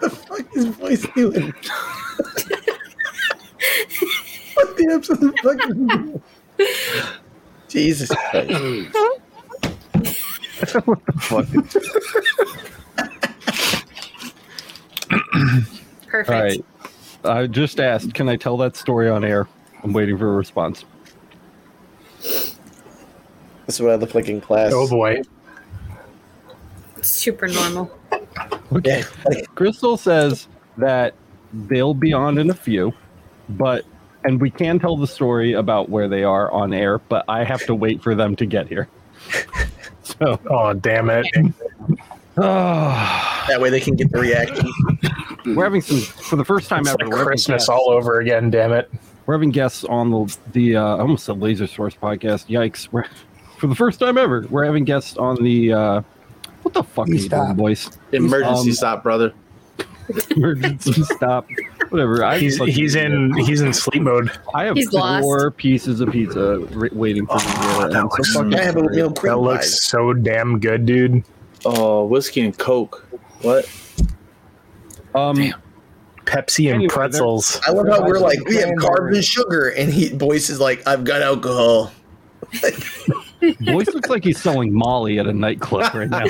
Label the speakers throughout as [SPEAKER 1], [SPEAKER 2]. [SPEAKER 1] fuck is voice doing? what the absolute fucking Jesus Christ. what the fuck?
[SPEAKER 2] Perfect.
[SPEAKER 3] All right. I just asked, can I tell that story on air? I'm waiting for a response.
[SPEAKER 1] This is what I look like in class.
[SPEAKER 4] Oh boy.
[SPEAKER 2] It's super normal.
[SPEAKER 1] Yeah.
[SPEAKER 3] Crystal says that they'll be on in a few, but and we can tell the story about where they are on air, but I have to wait for them to get here. So,
[SPEAKER 4] Oh damn it.
[SPEAKER 3] ah,
[SPEAKER 1] That way they can get the reaction.
[SPEAKER 3] we're having some for the first time
[SPEAKER 4] It's
[SPEAKER 3] ever.
[SPEAKER 4] like
[SPEAKER 3] we're having
[SPEAKER 4] Christmas
[SPEAKER 3] guests-
[SPEAKER 4] all over again, damn it.
[SPEAKER 3] We're having guests on the the uh, I almost said Laser Source podcast. Yikes! We're, for the first time ever, we're having guests on the uh, what the fuck
[SPEAKER 5] You
[SPEAKER 3] is
[SPEAKER 5] stop.
[SPEAKER 3] that voice?
[SPEAKER 6] Emergency
[SPEAKER 3] Um,
[SPEAKER 6] stop, brother.
[SPEAKER 3] Emergency stop. Whatever. I
[SPEAKER 4] He's
[SPEAKER 3] fucking-
[SPEAKER 4] he's in he's in sleep mode.
[SPEAKER 3] I have
[SPEAKER 2] He's
[SPEAKER 3] four
[SPEAKER 2] lost.
[SPEAKER 3] pieces of pizza r- waiting for me.
[SPEAKER 4] Oh,
[SPEAKER 3] here, and
[SPEAKER 4] that
[SPEAKER 3] so
[SPEAKER 4] looks-
[SPEAKER 3] fucking
[SPEAKER 1] I have a
[SPEAKER 3] great.
[SPEAKER 1] real cream
[SPEAKER 4] That looks so damn good, dude.
[SPEAKER 6] Oh, whiskey and coke. What?
[SPEAKER 3] Um,
[SPEAKER 4] Pepsi
[SPEAKER 3] Anyway,
[SPEAKER 4] and pretzels.
[SPEAKER 1] I love how we're like, we have carbs and sugar, and he voice is like, I've got alcohol.
[SPEAKER 3] voice looks like he's selling Molly at a nightclub right now.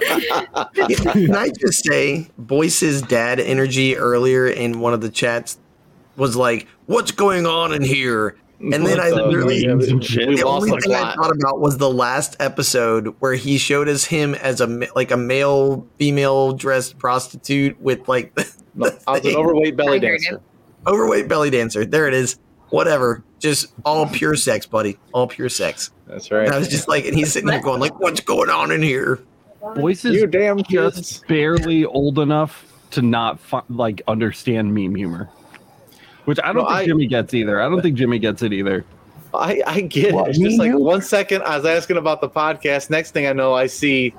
[SPEAKER 1] Can I just say, Boyce's dad energy earlier in one of the chats was like, "What's going on in here?" And then I
[SPEAKER 6] What the-
[SPEAKER 1] literally-
[SPEAKER 6] we- uh, we
[SPEAKER 1] the
[SPEAKER 6] lost
[SPEAKER 1] only
[SPEAKER 6] a
[SPEAKER 1] thing I
[SPEAKER 6] lot.
[SPEAKER 1] thought about was the last episode where he showed us him as a ma- like a male female dressed prostitute with like the
[SPEAKER 6] No, I was an
[SPEAKER 1] thing.
[SPEAKER 6] overweight
[SPEAKER 2] I
[SPEAKER 6] belly
[SPEAKER 2] heard
[SPEAKER 6] dancer.
[SPEAKER 1] overweight belly dancer. There it is. Whatever, just all pure sex, buddy. All pure sex.
[SPEAKER 6] That's
[SPEAKER 1] And I
[SPEAKER 6] right.
[SPEAKER 1] was just like, and he's sitting there going, like, "What's going on in here?"
[SPEAKER 3] Voice
[SPEAKER 6] You
[SPEAKER 3] is
[SPEAKER 6] damn kids.
[SPEAKER 3] just barely old enough to not fi- like understand meme humor, which I don't
[SPEAKER 6] No,
[SPEAKER 3] think
[SPEAKER 6] I-
[SPEAKER 3] Jimmy gets either. I don't think Jimmy gets it either.
[SPEAKER 6] I, I get
[SPEAKER 5] What,
[SPEAKER 6] it. It's just like
[SPEAKER 5] you?
[SPEAKER 6] one second I was asking about the podcast. Next thing I know, I see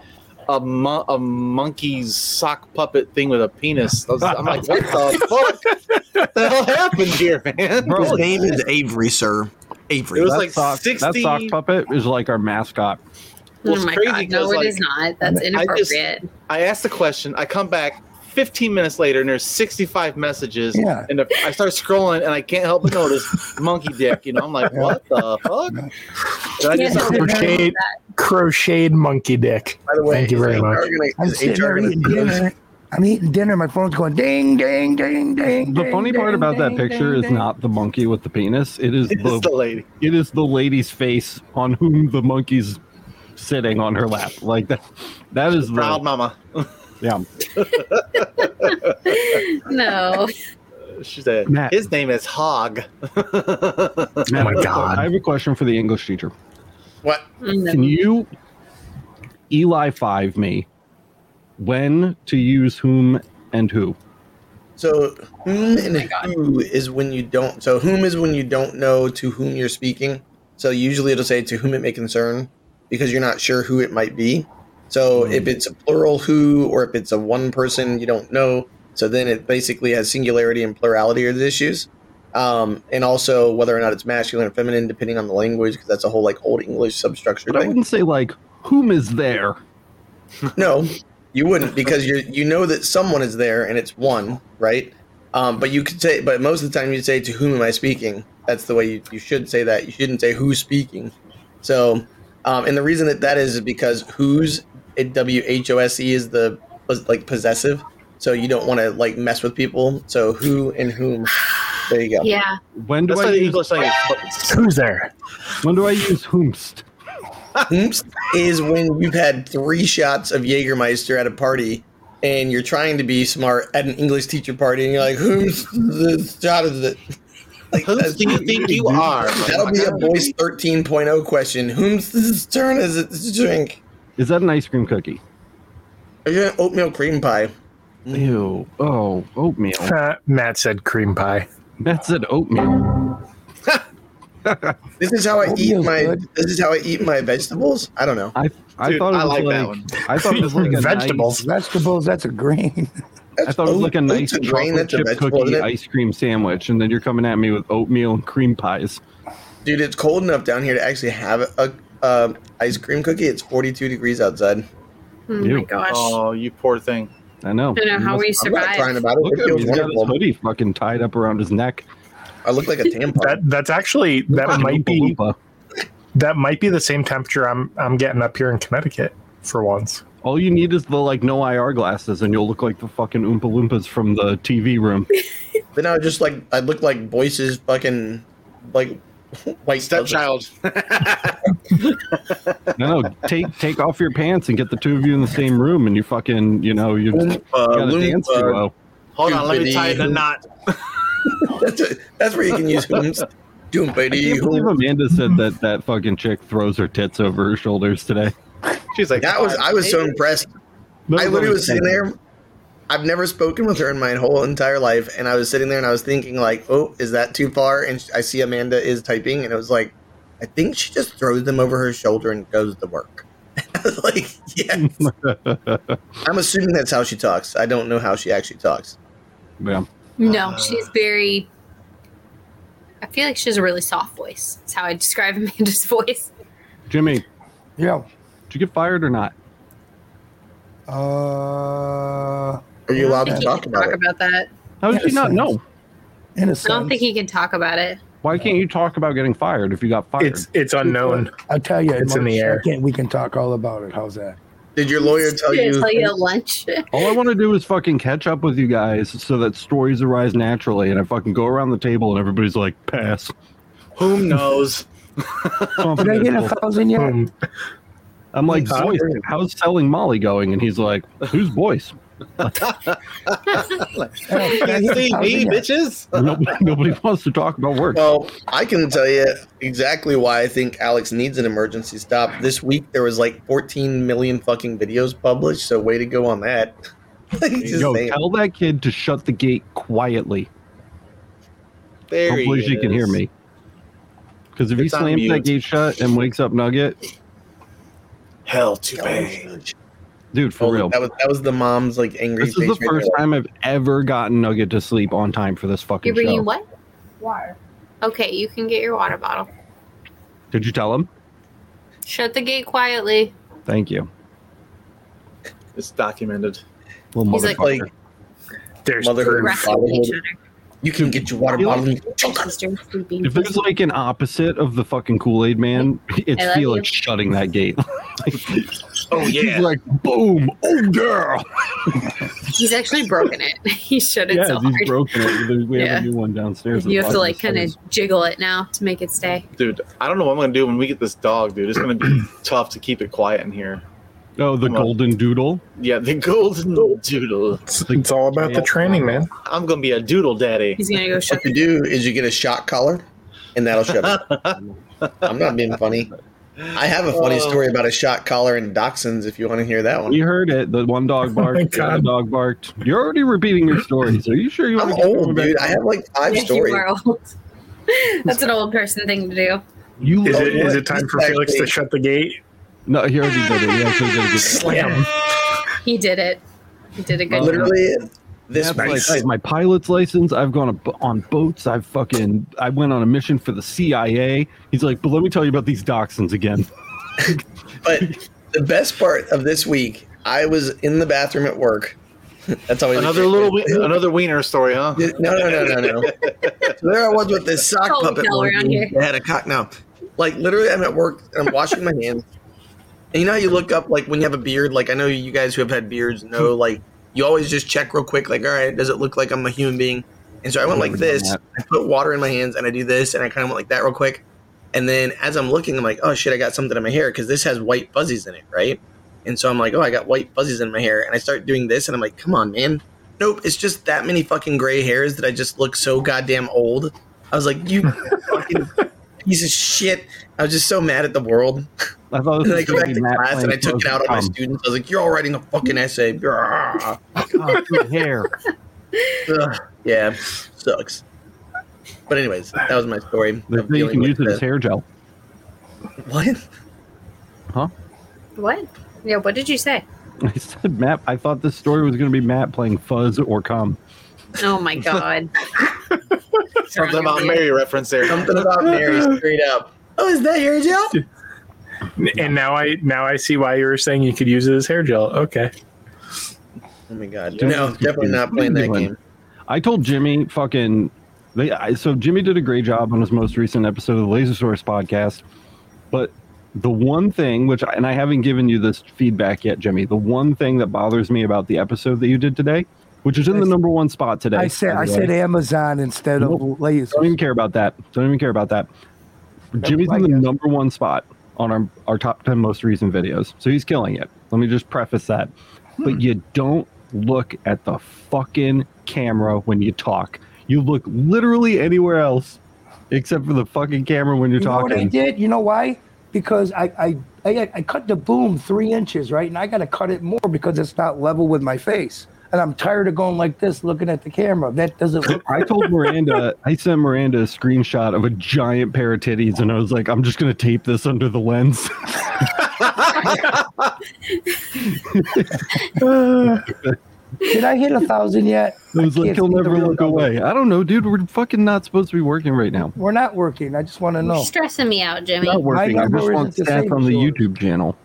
[SPEAKER 6] a, mon- a monkey's sock puppet thing with a penis. I was, I'm like, what the fuck? the hell happened here, man?
[SPEAKER 3] Bro,
[SPEAKER 1] His name is Avery, sir. Avery.
[SPEAKER 6] It was
[SPEAKER 3] that
[SPEAKER 6] like
[SPEAKER 3] sock, that
[SPEAKER 6] 60
[SPEAKER 3] sock puppet is like our mascot.
[SPEAKER 6] Well,
[SPEAKER 2] oh
[SPEAKER 6] it's
[SPEAKER 2] my
[SPEAKER 6] crazy
[SPEAKER 2] god, no,
[SPEAKER 6] 'cause,
[SPEAKER 2] it
[SPEAKER 6] like,
[SPEAKER 2] is not. That's
[SPEAKER 6] I just-
[SPEAKER 2] inappropriate.
[SPEAKER 6] I asked the question. I come back 15 minutes later, and there's 65 messages.
[SPEAKER 5] Yeah.
[SPEAKER 6] And the, I start scrolling, and I can't help but notice monkey dick. You know, I'm like, what the fuck? Did I
[SPEAKER 2] Can't
[SPEAKER 6] just-
[SPEAKER 2] help but
[SPEAKER 4] Crochet.
[SPEAKER 2] notice
[SPEAKER 4] Crocheted monkey dick.
[SPEAKER 1] By the way,
[SPEAKER 4] Thank you
[SPEAKER 1] is
[SPEAKER 4] very
[SPEAKER 1] HR
[SPEAKER 4] much.
[SPEAKER 1] gonna-
[SPEAKER 5] I'm
[SPEAKER 1] is
[SPEAKER 5] sitting
[SPEAKER 1] HR
[SPEAKER 5] there
[SPEAKER 1] gonna
[SPEAKER 5] eating
[SPEAKER 1] see this?
[SPEAKER 5] dinner. I'm eating dinner. My phone's going ding, ding, ding, ding.
[SPEAKER 3] The
[SPEAKER 5] ding,
[SPEAKER 3] funny
[SPEAKER 5] ding,
[SPEAKER 3] part about that
[SPEAKER 5] ding,
[SPEAKER 3] picture
[SPEAKER 5] ding,
[SPEAKER 3] is
[SPEAKER 5] ding.
[SPEAKER 3] not the monkey with the penis. It is
[SPEAKER 6] It's the
[SPEAKER 3] the
[SPEAKER 6] lady.
[SPEAKER 3] it is the lady's face on whom the monkey's sitting on her lap. Like that that is
[SPEAKER 6] Proud
[SPEAKER 3] the
[SPEAKER 6] mama.
[SPEAKER 3] yeah.
[SPEAKER 2] that. No.
[SPEAKER 6] She said,
[SPEAKER 3] Matt.
[SPEAKER 6] his name is Hog.
[SPEAKER 4] Oh my
[SPEAKER 3] Now,
[SPEAKER 4] God.
[SPEAKER 3] I have a question for the English teacher.
[SPEAKER 1] What?
[SPEAKER 3] Can you Eli five me when to use whom and who?
[SPEAKER 1] So whom and who is when you don't. So whom is when you don't know to whom you're speaking. So usually it'll say to whom it may concern because you're not sure who it might be. So
[SPEAKER 3] Hmm.
[SPEAKER 1] if it's a plural who or if it's a one person you don't know, so then it basically has singularity and plurality are the issues. Um, and also whether or not it's masculine or feminine depending on the language because that's a whole like old English substructure
[SPEAKER 3] But I
[SPEAKER 1] thing.
[SPEAKER 3] wouldn't say like whom is there.
[SPEAKER 1] No, you wouldn't because you you know that someone is there and it's one, right? Um, but you could say, but most of the time you'd say, "To whom am I speaking?" That's the way you, you should say that. You shouldn't say "Who's speaking." So, um, and the reason that that is is because "who's" it W H O S E is the was like possessive, so you don't want to like mess with people. So who and whom? There you go.
[SPEAKER 2] Yeah.
[SPEAKER 3] When do
[SPEAKER 6] That's
[SPEAKER 3] I
[SPEAKER 6] why the
[SPEAKER 3] use,
[SPEAKER 6] English language.
[SPEAKER 4] Who's there?
[SPEAKER 3] when do I use whomst?
[SPEAKER 1] Oops is when you've had three shots of Jägermeister at a party and you're trying to be smart at an English teacher party and you're like, who's the shot of the. Like,
[SPEAKER 6] Who
[SPEAKER 1] that's-
[SPEAKER 6] do you think you are?
[SPEAKER 1] that'll be a voice 13.0 question. Whom's this turn is it to drink?
[SPEAKER 3] Is that an ice cream cookie?
[SPEAKER 1] Are you an oatmeal cream pie?
[SPEAKER 6] Mm-hmm.
[SPEAKER 3] Ew. Oh, oatmeal.
[SPEAKER 4] Uh, Matt said cream pie.
[SPEAKER 3] That's an oatmeal.
[SPEAKER 1] This is how I eat
[SPEAKER 5] Oatmeal's
[SPEAKER 1] my.
[SPEAKER 5] good.
[SPEAKER 1] This is how I eat my vegetables. I don't know.
[SPEAKER 3] I I
[SPEAKER 6] Dude,
[SPEAKER 3] thought it
[SPEAKER 6] I
[SPEAKER 3] was
[SPEAKER 6] like
[SPEAKER 3] like,
[SPEAKER 6] that one.
[SPEAKER 3] I thought it was like a nice-
[SPEAKER 4] Vegetables.
[SPEAKER 5] Vegetables, that's a green.
[SPEAKER 3] I thought it was like a
[SPEAKER 1] Oat-
[SPEAKER 3] nice
[SPEAKER 1] oat's grain,
[SPEAKER 3] chocolate
[SPEAKER 1] that's a
[SPEAKER 3] chip
[SPEAKER 1] vegetable,
[SPEAKER 3] cookie
[SPEAKER 1] isn't oh, it?
[SPEAKER 3] ice cream sandwich, and then you're coming at me with oatmeal and cream pies.
[SPEAKER 1] Dude, it's cold enough down here to actually have a um, ice cream cookie. It's 42 degrees outside.
[SPEAKER 2] Oh my
[SPEAKER 3] You.
[SPEAKER 2] gosh.
[SPEAKER 6] Oh, you poor thing.
[SPEAKER 3] I know.
[SPEAKER 2] I don't know how we
[SPEAKER 1] I'm not
[SPEAKER 2] survive.
[SPEAKER 1] crying about Oh, it.
[SPEAKER 3] Look
[SPEAKER 1] It
[SPEAKER 3] at him.
[SPEAKER 1] feels
[SPEAKER 3] He's got his
[SPEAKER 1] wonderful.
[SPEAKER 3] hoodie fucking tied up around his neck.
[SPEAKER 1] I look like a tampon.
[SPEAKER 4] That that's actually that might be
[SPEAKER 3] Oompa Loompa.
[SPEAKER 4] that might be the same temperature I'm I'm getting up here in Connecticut for once.
[SPEAKER 3] All you need is the like no IR glasses, and you'll look like the fucking Oompa Loompas from the TV room.
[SPEAKER 1] Then I was just like, I look like Boyce's fucking like white
[SPEAKER 6] Stepchild.
[SPEAKER 3] no, take take off your pants and get the two of you in the same room, and you fucking you know you
[SPEAKER 1] cousin.
[SPEAKER 3] got
[SPEAKER 1] Oompa
[SPEAKER 3] a dance
[SPEAKER 1] Loompa.
[SPEAKER 3] duo.
[SPEAKER 6] Hold on, let me
[SPEAKER 1] Goopity.
[SPEAKER 6] tie the knot.
[SPEAKER 1] That's, a, that's where you can use hooms. Doom
[SPEAKER 3] I
[SPEAKER 1] baby.
[SPEAKER 3] can't believe Amanda said that that fucking chick throws her tits over her shoulders today.
[SPEAKER 6] She's like,
[SPEAKER 1] That was I was so impressed. I literally was sitting there. I've never spoken with her in my whole entire life, and I was sitting there and I was thinking like, "Oh, is that too far?" And I see Amanda is typing, and it was like, "I think she just throws them over her shoulder and goes to work." I was like, yeah, I'm assuming that's how she talks. I don't know how she actually talks.
[SPEAKER 3] Yeah.
[SPEAKER 2] No, she's very. I feel like she has a really soft voice. That's how I describe Amanda's voice.
[SPEAKER 3] Jimmy, did
[SPEAKER 5] Yeah.
[SPEAKER 3] you get fired or not?
[SPEAKER 5] Uh,
[SPEAKER 1] Are you allowed to
[SPEAKER 2] I think he
[SPEAKER 1] talk
[SPEAKER 2] can
[SPEAKER 1] about
[SPEAKER 2] talk
[SPEAKER 1] it?
[SPEAKER 2] about that.
[SPEAKER 3] How did
[SPEAKER 5] Yeah,
[SPEAKER 3] you not
[SPEAKER 5] sounds-
[SPEAKER 3] know?
[SPEAKER 5] in a
[SPEAKER 2] I don't
[SPEAKER 5] sense,
[SPEAKER 2] think he can talk about it.
[SPEAKER 3] Why can't you talk about getting fired if you got fired?
[SPEAKER 4] It's it's unknown.
[SPEAKER 5] I'll tell you.
[SPEAKER 4] It's in
[SPEAKER 5] March
[SPEAKER 4] the air.
[SPEAKER 5] second, we can talk all about it. How's that?
[SPEAKER 1] Did your lawyer tell
[SPEAKER 2] Did I
[SPEAKER 1] you?
[SPEAKER 2] tell you at lunch.
[SPEAKER 3] All I want to do is fucking catch up with you guys so that stories arise naturally, and I fucking go around the table and everybody's like, pass.
[SPEAKER 6] whom knows?
[SPEAKER 5] Did I get a thousand yet?
[SPEAKER 4] Um,
[SPEAKER 3] I'm like,
[SPEAKER 4] Huh?
[SPEAKER 3] Boyce, how's selling Molly going? And he's like, who's Boyce?
[SPEAKER 5] Hey, did I
[SPEAKER 6] See
[SPEAKER 5] get a thousand
[SPEAKER 6] me,
[SPEAKER 5] yet?
[SPEAKER 6] bitches.
[SPEAKER 3] Nobody, nobody wants to talk about work.
[SPEAKER 1] Well, I can tell you exactly why I think Alex needs an emergency stop. This week there was like 14 million fucking videos published, so way to go on that. Like, just
[SPEAKER 3] Yo,
[SPEAKER 1] saying.
[SPEAKER 3] tell that kid to shut the gate quietly.
[SPEAKER 6] There he
[SPEAKER 3] Hopefully she can hear
[SPEAKER 6] is.
[SPEAKER 3] me. Because if he
[SPEAKER 6] It's on
[SPEAKER 3] slams that
[SPEAKER 6] mute.
[SPEAKER 3] gate shut and wakes up Nugget,
[SPEAKER 6] Hell to pay.
[SPEAKER 1] Oh,
[SPEAKER 3] dude, for real.
[SPEAKER 1] That was that was the mom's like angry
[SPEAKER 3] This is the
[SPEAKER 1] face right
[SPEAKER 3] first
[SPEAKER 1] there.
[SPEAKER 3] time I've ever gotten Nugget to sleep on time for this fucking
[SPEAKER 2] You're bringing
[SPEAKER 3] show.
[SPEAKER 2] what? Water. Okay, you can get your water bottle.
[SPEAKER 3] Did you tell him?
[SPEAKER 2] Shut the gate quietly.
[SPEAKER 3] Thank you.
[SPEAKER 6] It's documented.
[SPEAKER 3] Little
[SPEAKER 2] He's like-
[SPEAKER 3] motherfucker.
[SPEAKER 1] Like,
[SPEAKER 4] there's
[SPEAKER 1] Mother-
[SPEAKER 4] proof.
[SPEAKER 2] Wrestling each
[SPEAKER 1] Fatherhood.
[SPEAKER 2] other.
[SPEAKER 1] you can get your water
[SPEAKER 3] Feel like-
[SPEAKER 1] bottle. and-
[SPEAKER 2] My sister sleeping.
[SPEAKER 3] if there's like an opposite of the fucking Kool Aid Man, it's
[SPEAKER 2] I love
[SPEAKER 3] Felix shutting that gate.
[SPEAKER 6] Oh,
[SPEAKER 3] He's
[SPEAKER 6] yeah.
[SPEAKER 3] like, boom, oh girl.
[SPEAKER 2] He's actually broken it. he shut it
[SPEAKER 3] Yeah,
[SPEAKER 2] so
[SPEAKER 3] he's
[SPEAKER 2] hard.
[SPEAKER 3] broken it. There's- We
[SPEAKER 2] Yeah.
[SPEAKER 3] have a new one downstairs.
[SPEAKER 2] You have to
[SPEAKER 3] Lots
[SPEAKER 2] like kind
[SPEAKER 3] stairs.
[SPEAKER 2] of jiggle it now to make it stay.
[SPEAKER 6] Dude, I don't know what I'm going to do when we get this dog, dude. It's going to be tough to keep it quiet in here.
[SPEAKER 3] Oh, the
[SPEAKER 6] Come on.
[SPEAKER 3] golden doodle.
[SPEAKER 6] Yeah, the golden doodle.
[SPEAKER 4] It's, it's all about the training, man.
[SPEAKER 6] I'm going to be a doodle daddy.
[SPEAKER 2] He's gonna go shut
[SPEAKER 1] What you do is you get a shock collar, and that'll shut it. I'm not being funny. I have a funny
[SPEAKER 6] Oh.
[SPEAKER 1] story about a shock collar and dachshunds. If you want to hear that one,
[SPEAKER 3] You heard it. The one dog
[SPEAKER 4] Oh my
[SPEAKER 3] barked. the other
[SPEAKER 4] God.
[SPEAKER 3] dog barked. You're already repeating your stories. Are you sure you
[SPEAKER 1] I'm
[SPEAKER 3] want to keep
[SPEAKER 1] old,
[SPEAKER 3] going
[SPEAKER 1] dude.
[SPEAKER 3] back?
[SPEAKER 1] I have like
[SPEAKER 2] up.
[SPEAKER 1] five
[SPEAKER 2] Yeah,
[SPEAKER 1] stories.
[SPEAKER 2] you are old. That's an old person thing to do.
[SPEAKER 3] You
[SPEAKER 4] Is
[SPEAKER 3] love
[SPEAKER 4] it is it time for Felix to shut the gate? Um,
[SPEAKER 3] No, he already did it. He actually did it.
[SPEAKER 4] Slam.
[SPEAKER 2] He did it. He did a good job.
[SPEAKER 1] Literally, this
[SPEAKER 3] That's
[SPEAKER 1] week-
[SPEAKER 3] like I have my pilot's license. I've gone a bo- on boats. I've fucking I went on a mission for the CIA. He's like, but let me tell you about these dachshunds again.
[SPEAKER 1] But the best part of this week, I was in the bathroom at work. That's always
[SPEAKER 6] Another little, we- another wiener story, huh?
[SPEAKER 1] No, no, no, no, no. So there I was with this sock
[SPEAKER 2] Oh, we
[SPEAKER 1] puppet.
[SPEAKER 2] know around
[SPEAKER 1] monkey.
[SPEAKER 2] here.
[SPEAKER 1] I had a cock now. Like literally, I'm at work and I'm washing my hands. And you know how you look up like when you have a beard. Like I know you guys who have had beards know like you always just check real quick. Like all right, does it look like I'm a human being? And so I went like this. I put water in my hands and I do this and I kind of went like that real quick. And then as I'm looking, I'm like, oh shit, I got something in my hair because this has white fuzzies in it, right? And so I'm like, oh, I got white fuzzies in my hair. And I start doing this and I'm like, come on, man. Nope, it's just that many fucking gray hairs that I just look so goddamn old. I was like, you fucking piece of shit. I was just so mad at the world.
[SPEAKER 3] I thought
[SPEAKER 1] And
[SPEAKER 3] this
[SPEAKER 1] then I
[SPEAKER 3] was
[SPEAKER 1] go
[SPEAKER 3] gonna
[SPEAKER 1] back
[SPEAKER 3] be
[SPEAKER 1] to
[SPEAKER 3] Matt Oh,
[SPEAKER 1] class and I
[SPEAKER 3] playing
[SPEAKER 1] took it out on my
[SPEAKER 3] Tom.
[SPEAKER 1] students. I was like, you're all writing a fucking essay. Grr.
[SPEAKER 3] God, good hair.
[SPEAKER 1] Ugh. yeah, sucks. But anyways, that was my story.
[SPEAKER 3] They
[SPEAKER 1] of
[SPEAKER 3] say you
[SPEAKER 1] dealing
[SPEAKER 3] can
[SPEAKER 1] with
[SPEAKER 3] use it
[SPEAKER 1] the-
[SPEAKER 3] as hair gel.
[SPEAKER 1] What?
[SPEAKER 2] What? Yeah, what did you say?
[SPEAKER 3] I said Matt. I thought this story was going to be Matt playing fuzz or cum.
[SPEAKER 2] Oh my god.
[SPEAKER 6] Something about Mary reference there.
[SPEAKER 1] Something about Mary straight up. Oh, is that hair gel?
[SPEAKER 4] And now I now I see why you were saying you could use it as hair gel. Okay.
[SPEAKER 1] Oh my god. No, definitely not playing that game.
[SPEAKER 3] I told Jimmy fucking. They, I, so Jimmy did a great job on his most recent episode of the Laser Source podcast, but the one thing which I- and I haven't given you this feedback yet, Jimmy. The one thing that bothers me about the episode that you did today, which is in the number one spot today.
[SPEAKER 5] I said
[SPEAKER 3] by
[SPEAKER 5] I
[SPEAKER 3] the
[SPEAKER 5] said
[SPEAKER 3] way.
[SPEAKER 5] Amazon instead
[SPEAKER 3] Nope.
[SPEAKER 5] of layers.
[SPEAKER 3] don't even care about that. Don't even care about that. Jimmy's in the number one spot on our, our top 10 most recent videos. So he's killing it. Let me just preface that.
[SPEAKER 5] Hmm.
[SPEAKER 3] But you don't look at the fucking camera when you talk. You look literally anywhere else except for the fucking camera when you're
[SPEAKER 5] You know what I
[SPEAKER 3] talking.
[SPEAKER 5] did? You know why? Because I I, I I cut the boom three inches, right? And I got to cut it more because it's not level with my face. And I'm tired of going like this, looking at the camera. That doesn't look.
[SPEAKER 3] I told Miranda, I sent Miranda a screenshot of a giant pair of titties, and I was like, I'm just going to tape this under the lens.
[SPEAKER 5] Did I hit a thousand yet?
[SPEAKER 3] It was
[SPEAKER 5] I
[SPEAKER 3] like
[SPEAKER 5] can't
[SPEAKER 3] he'll
[SPEAKER 5] see the
[SPEAKER 3] never
[SPEAKER 5] real
[SPEAKER 3] look
[SPEAKER 5] number.
[SPEAKER 3] away. I don't know, dude. We're fucking not supposed to be working right now.
[SPEAKER 5] We're not working. I just want to
[SPEAKER 2] You're
[SPEAKER 5] know.
[SPEAKER 2] stressing me out,
[SPEAKER 3] I'm
[SPEAKER 2] Jimmy.
[SPEAKER 3] not working. I
[SPEAKER 5] number
[SPEAKER 3] just want
[SPEAKER 5] isn't the same
[SPEAKER 3] stats on the
[SPEAKER 5] as yours.
[SPEAKER 3] YouTube channel.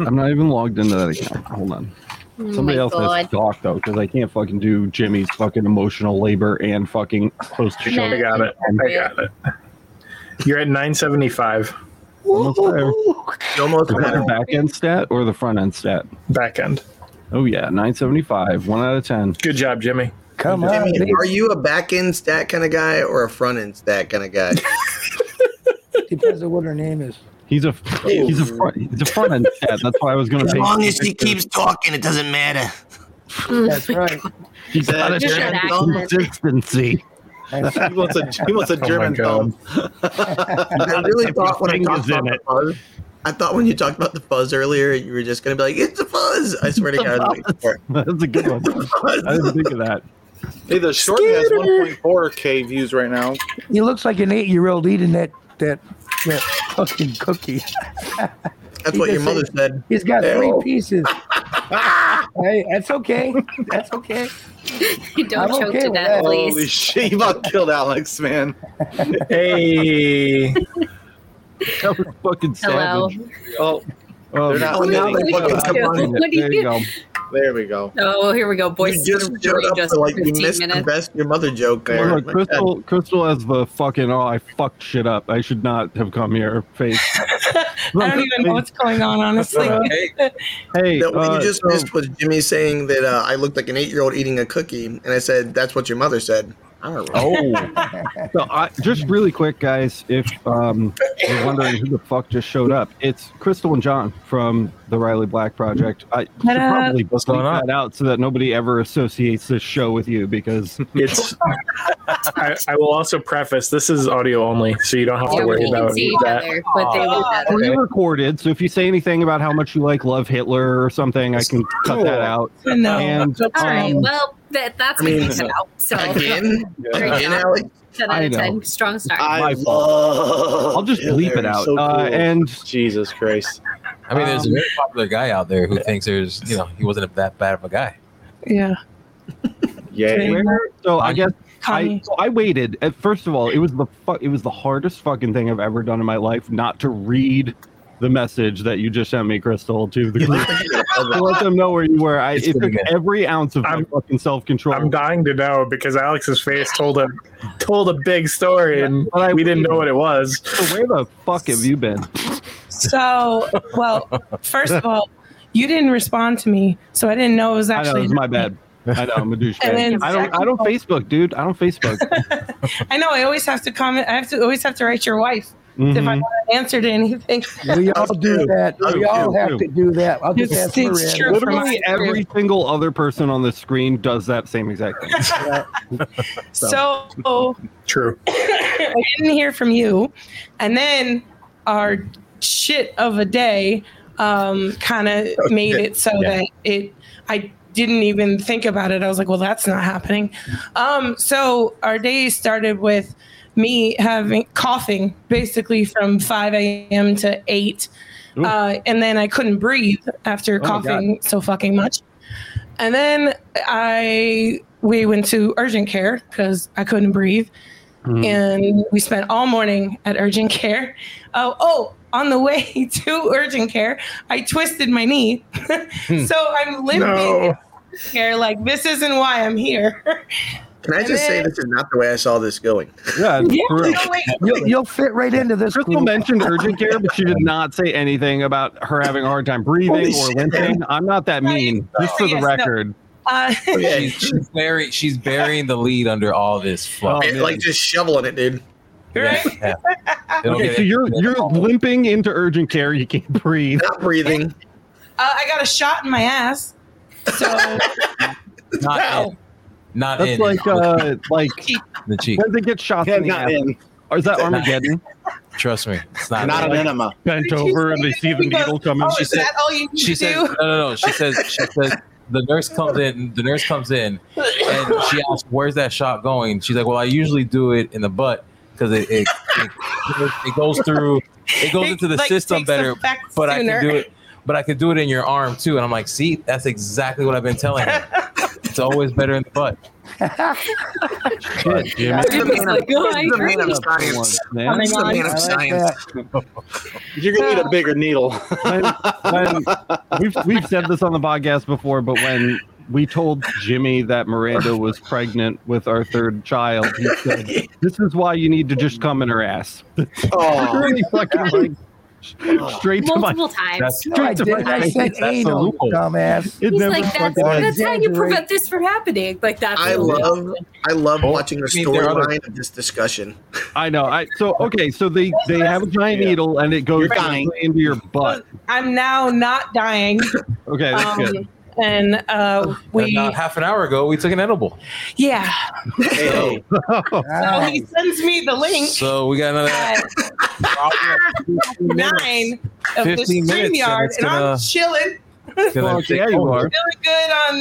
[SPEAKER 3] I'm not even logged into that account. Hold on.
[SPEAKER 2] Oh my
[SPEAKER 3] Somebody else has
[SPEAKER 2] God.
[SPEAKER 3] to talk though, because I can't fucking do Jimmy's fucking emotional labor and fucking post to show.
[SPEAKER 2] Nah.
[SPEAKER 4] I got it. I got it. You're at 975
[SPEAKER 3] Almost there.
[SPEAKER 1] You almost
[SPEAKER 3] Is that
[SPEAKER 1] had
[SPEAKER 3] a
[SPEAKER 1] it.
[SPEAKER 3] back end stat or the front end stat?
[SPEAKER 4] back end.
[SPEAKER 3] Oh yeah, 975, one out of ten.
[SPEAKER 4] Good job, Jimmy.
[SPEAKER 5] Come on,
[SPEAKER 1] Jimmy,
[SPEAKER 5] baby.
[SPEAKER 1] are you a back end stat kind of guy or a front end stat kind of guy?
[SPEAKER 5] depends on what her name is.
[SPEAKER 3] He's a he's a front he's a front end stat. That's why I was gonna
[SPEAKER 7] As
[SPEAKER 3] say
[SPEAKER 7] long as she keeps talking, it doesn't matter.
[SPEAKER 5] That's right.
[SPEAKER 3] he got a
[SPEAKER 2] Just
[SPEAKER 3] damn
[SPEAKER 2] that accent.
[SPEAKER 3] consistency.
[SPEAKER 5] That's
[SPEAKER 6] He wants a he wants a
[SPEAKER 3] Oh
[SPEAKER 4] my
[SPEAKER 6] German
[SPEAKER 4] God.
[SPEAKER 6] thumb.
[SPEAKER 1] I really
[SPEAKER 3] If
[SPEAKER 1] thought when I
[SPEAKER 3] your
[SPEAKER 1] talked
[SPEAKER 3] finger's
[SPEAKER 1] about
[SPEAKER 3] in
[SPEAKER 1] the
[SPEAKER 3] it.
[SPEAKER 1] fuzz, I thought when you talked about the fuzz earlier, you were just gonna be like, "It's a fuzz." I swear to God, I was waiting for it.
[SPEAKER 3] That's a good one. I didn't think of that.
[SPEAKER 6] Hey, the short has 1.4k views right now.
[SPEAKER 5] He looks like an eight-year-old eating that that that fucking cookie.
[SPEAKER 1] That's what
[SPEAKER 5] He
[SPEAKER 1] your
[SPEAKER 5] just
[SPEAKER 1] mother
[SPEAKER 5] said-
[SPEAKER 1] said.
[SPEAKER 5] He's got three
[SPEAKER 1] Ew.
[SPEAKER 5] pieces. hey, that's okay. That's okay.
[SPEAKER 2] Don't
[SPEAKER 5] I'm
[SPEAKER 2] choke
[SPEAKER 5] okay
[SPEAKER 2] to
[SPEAKER 5] with
[SPEAKER 2] death,
[SPEAKER 5] that.
[SPEAKER 6] Holy
[SPEAKER 2] please.
[SPEAKER 6] shit! You about killed Alex, man.
[SPEAKER 4] Hey.
[SPEAKER 3] That was fucking
[SPEAKER 2] Hello.
[SPEAKER 3] savage.
[SPEAKER 6] Oh,
[SPEAKER 3] Oh,
[SPEAKER 6] They're not
[SPEAKER 1] Oh, now
[SPEAKER 6] Really?
[SPEAKER 1] they fucking
[SPEAKER 2] What do
[SPEAKER 1] come on.
[SPEAKER 2] What do
[SPEAKER 3] there
[SPEAKER 2] you-
[SPEAKER 3] you go.
[SPEAKER 6] there we go.
[SPEAKER 2] Oh, here we go. Boys,
[SPEAKER 1] You just showed up for like you missed the best your mother joke
[SPEAKER 3] Oh,
[SPEAKER 1] there.
[SPEAKER 3] look,
[SPEAKER 1] My God.
[SPEAKER 3] Crystal, Crystal has the fucking oh, I fucked shit up. I should not have come here. Face.
[SPEAKER 8] I don't even know what's going on, honestly.
[SPEAKER 3] Hey,
[SPEAKER 1] That what
[SPEAKER 3] uh,
[SPEAKER 1] you just
[SPEAKER 3] so-
[SPEAKER 1] missed was Jimmy saying that uh, I looked like an eight-year-old eating a cookie, and I said, "That's what your mother said." I don't know.
[SPEAKER 3] Oh, so I, just really quick, guys. If um, you're wondering who the fuck just showed up, it's Crystal and John from the Riley Black Project. I should
[SPEAKER 8] What up?
[SPEAKER 3] probably bleep
[SPEAKER 4] going on?
[SPEAKER 3] that out so that nobody ever associates this show with you because
[SPEAKER 4] It's. I, I will also preface this is audio only, so you don't have to
[SPEAKER 3] Oh,
[SPEAKER 2] Yeah,
[SPEAKER 4] worry
[SPEAKER 2] we can
[SPEAKER 4] about
[SPEAKER 2] see each
[SPEAKER 4] that.
[SPEAKER 2] other, but they would rather.
[SPEAKER 3] we recorded. So if you say anything about how much you like Love Hitler or something, I can cut that out.
[SPEAKER 8] No.
[SPEAKER 3] And
[SPEAKER 2] All right.
[SPEAKER 3] um,
[SPEAKER 2] Well, that, that's
[SPEAKER 1] I
[SPEAKER 2] what
[SPEAKER 1] mean,
[SPEAKER 2] it's about. So,
[SPEAKER 1] Again,
[SPEAKER 2] There you
[SPEAKER 1] again,
[SPEAKER 2] go.
[SPEAKER 1] Alex.
[SPEAKER 2] 10 out
[SPEAKER 3] I
[SPEAKER 2] of
[SPEAKER 3] know.
[SPEAKER 2] 10. Strong start.
[SPEAKER 6] I
[SPEAKER 3] My
[SPEAKER 6] love.
[SPEAKER 3] I'll just bleep it
[SPEAKER 6] They're
[SPEAKER 3] out.
[SPEAKER 6] so
[SPEAKER 3] uh,
[SPEAKER 6] cool.
[SPEAKER 3] and
[SPEAKER 6] Jesus Christ.
[SPEAKER 9] I mean, there's a
[SPEAKER 3] Um,
[SPEAKER 9] very popular guy out there who thinks there's, you know, he wasn't that bad of a guy.
[SPEAKER 8] Yeah.
[SPEAKER 6] Yay.
[SPEAKER 3] where- so I guess I,
[SPEAKER 8] Connie.
[SPEAKER 3] so I waited. At first of all, it was the fu- it was the hardest fucking thing I've ever done in my life not to read the message that you just sent me, Crystal, to the group to let them know where you were. I
[SPEAKER 9] It's
[SPEAKER 3] it took
[SPEAKER 9] pretty good.
[SPEAKER 3] every ounce of my
[SPEAKER 4] I'm-
[SPEAKER 3] fucking self control.
[SPEAKER 4] I'm dying to know because Alex's face told a told a big story, and
[SPEAKER 3] But I-
[SPEAKER 4] we didn't know what it was.
[SPEAKER 3] Where the fuck have you been?
[SPEAKER 8] So, well, first of all, you didn't respond to me, so I didn't know it was
[SPEAKER 3] I know
[SPEAKER 8] actually.
[SPEAKER 3] it was my bad. I know I'm a
[SPEAKER 8] And then
[SPEAKER 3] douchebag. I don't. I don't Facebook, dude. I don't Facebook.
[SPEAKER 8] I know. I always have to comment. I have to always have to write your wife if I
[SPEAKER 3] Mhm.
[SPEAKER 8] want to answer to anything.
[SPEAKER 5] We all do that. We all have to do that. I'll just
[SPEAKER 8] It's-
[SPEAKER 5] ask Miranda.
[SPEAKER 8] it's true.
[SPEAKER 3] Literally
[SPEAKER 8] From-
[SPEAKER 3] every single other person on the screen does that same exact thing.
[SPEAKER 8] So,
[SPEAKER 4] True.
[SPEAKER 8] I didn't hear from you, and then our shit of a day um, kind of made it so that it I didn't even think about it. I was like, well, that's not happening. Um, so our day started with me having coughing basically from 5 a.m. to 8
[SPEAKER 3] Ooh. Oh
[SPEAKER 8] uh, and then I couldn't breathe after
[SPEAKER 3] my God.
[SPEAKER 8] coughing so fucking much. And then I we went to urgent care because I couldn't breathe.
[SPEAKER 3] Mm-hmm.
[SPEAKER 8] and we spent all morning at urgent care. Oh, oh, on the way to urgent care, I twisted my knee, so
[SPEAKER 3] Hmm.
[SPEAKER 8] I'm limping.
[SPEAKER 4] No.
[SPEAKER 8] in urgent Care like this isn't why I'm here.
[SPEAKER 1] Can I just say this is not the way I saw this going?
[SPEAKER 3] Yeah, it's
[SPEAKER 8] yeah,
[SPEAKER 3] true.
[SPEAKER 8] no, wait.
[SPEAKER 5] You'll, you'll fit right into this.
[SPEAKER 3] Crystal
[SPEAKER 5] group.
[SPEAKER 3] mentioned urgent care, but she did not say anything about her having a hard time breathing
[SPEAKER 1] Holy
[SPEAKER 3] or
[SPEAKER 1] shit.
[SPEAKER 3] limping. I'm not that mean, just for the
[SPEAKER 8] Yes, no.
[SPEAKER 3] record.
[SPEAKER 8] Uh,
[SPEAKER 1] Yeah,
[SPEAKER 9] She's, she's burying she's burying the lead under all this fluff.
[SPEAKER 3] Oh,
[SPEAKER 1] man, like just shoveling it, dude.
[SPEAKER 9] Yeah,
[SPEAKER 8] right?
[SPEAKER 9] yeah. It'll
[SPEAKER 3] Okay,
[SPEAKER 9] get-
[SPEAKER 3] so you're you're limping into urgent care. You can't breathe.
[SPEAKER 1] Not breathing.
[SPEAKER 8] Uh, I got a shot in my ass. So
[SPEAKER 9] not in, not
[SPEAKER 3] That's
[SPEAKER 9] in
[SPEAKER 3] like uh like
[SPEAKER 9] the cheek.
[SPEAKER 3] when they get shots
[SPEAKER 6] Yeah,
[SPEAKER 3] in the
[SPEAKER 6] not
[SPEAKER 3] ass.
[SPEAKER 6] in.
[SPEAKER 3] Or is that Armageddon?
[SPEAKER 9] Trust me, it's not.
[SPEAKER 6] Not
[SPEAKER 9] in.
[SPEAKER 6] an enema.
[SPEAKER 3] Bent
[SPEAKER 8] Did you
[SPEAKER 3] over and
[SPEAKER 8] say
[SPEAKER 3] they
[SPEAKER 8] that?
[SPEAKER 3] see the
[SPEAKER 8] He goes,
[SPEAKER 3] needle coming.
[SPEAKER 8] oh,
[SPEAKER 9] She
[SPEAKER 8] is
[SPEAKER 9] said-
[SPEAKER 8] that all you need
[SPEAKER 9] she
[SPEAKER 8] to
[SPEAKER 9] says
[SPEAKER 8] do?
[SPEAKER 9] no no no she says she says the nurse comes in the nurse comes in and she asks where's that shot going she's like well i usually do it in the butt because it it, it it goes through it goes
[SPEAKER 8] It,
[SPEAKER 9] into the
[SPEAKER 8] like,
[SPEAKER 9] system
[SPEAKER 8] takes
[SPEAKER 9] better
[SPEAKER 8] effect
[SPEAKER 9] but i
[SPEAKER 8] sooner.
[SPEAKER 9] can do it but i could do it in your arm too and i'm like see that's exactly what i've been telling her it's always better in the butt But, you know,
[SPEAKER 2] Dude, he's like, "Oh, I
[SPEAKER 1] the
[SPEAKER 2] agree."
[SPEAKER 1] man of science.
[SPEAKER 8] Oh,
[SPEAKER 3] Man,
[SPEAKER 1] He's the man
[SPEAKER 5] I
[SPEAKER 1] of
[SPEAKER 5] like
[SPEAKER 1] science.
[SPEAKER 5] that.
[SPEAKER 6] You're gonna need a bigger needle.
[SPEAKER 3] when, when- we've we've said this on the podcast before, but when we told Jimmy that Miranda was pregnant with our third child, he said, "This is why you need to just come in her ass."
[SPEAKER 6] Oh,
[SPEAKER 3] Really fucking like, straight to my.
[SPEAKER 2] multiple times.
[SPEAKER 9] that's-
[SPEAKER 5] No, I
[SPEAKER 3] straight to my
[SPEAKER 5] didn't. I
[SPEAKER 3] face.
[SPEAKER 5] said
[SPEAKER 9] That's a
[SPEAKER 5] anal,
[SPEAKER 9] loophole.
[SPEAKER 5] dumbass.
[SPEAKER 3] It
[SPEAKER 2] He's
[SPEAKER 3] never
[SPEAKER 2] like, that's,
[SPEAKER 3] fucking-
[SPEAKER 5] fucking
[SPEAKER 2] that's how you
[SPEAKER 5] exaggerate.
[SPEAKER 2] prevent this from happening. Like, that's Um,
[SPEAKER 1] I
[SPEAKER 2] what-
[SPEAKER 1] love, I love watching the
[SPEAKER 9] I mean, there are other-
[SPEAKER 1] storyline of this discussion.
[SPEAKER 3] I know. I so okay. So they they have a giant
[SPEAKER 6] Yeah.
[SPEAKER 3] needle and it goes
[SPEAKER 6] You're dying.
[SPEAKER 3] into your butt.
[SPEAKER 8] I'm now not dying.
[SPEAKER 3] Okay, that's good.
[SPEAKER 8] Um, and uh, we,
[SPEAKER 9] about half an hour ago we took an edible
[SPEAKER 8] yeah.
[SPEAKER 6] hey,
[SPEAKER 8] So
[SPEAKER 5] Ah,
[SPEAKER 8] he sends me the link
[SPEAKER 9] so we got another
[SPEAKER 8] at nine of the
[SPEAKER 9] 15 minutes,
[SPEAKER 8] stream
[SPEAKER 9] and
[SPEAKER 8] yard,
[SPEAKER 9] it's
[SPEAKER 8] and I'm
[SPEAKER 9] gonna-
[SPEAKER 8] chilling,
[SPEAKER 9] gonna
[SPEAKER 3] Well,
[SPEAKER 9] take
[SPEAKER 3] yeah, you
[SPEAKER 9] over.
[SPEAKER 3] are.
[SPEAKER 8] feeling good on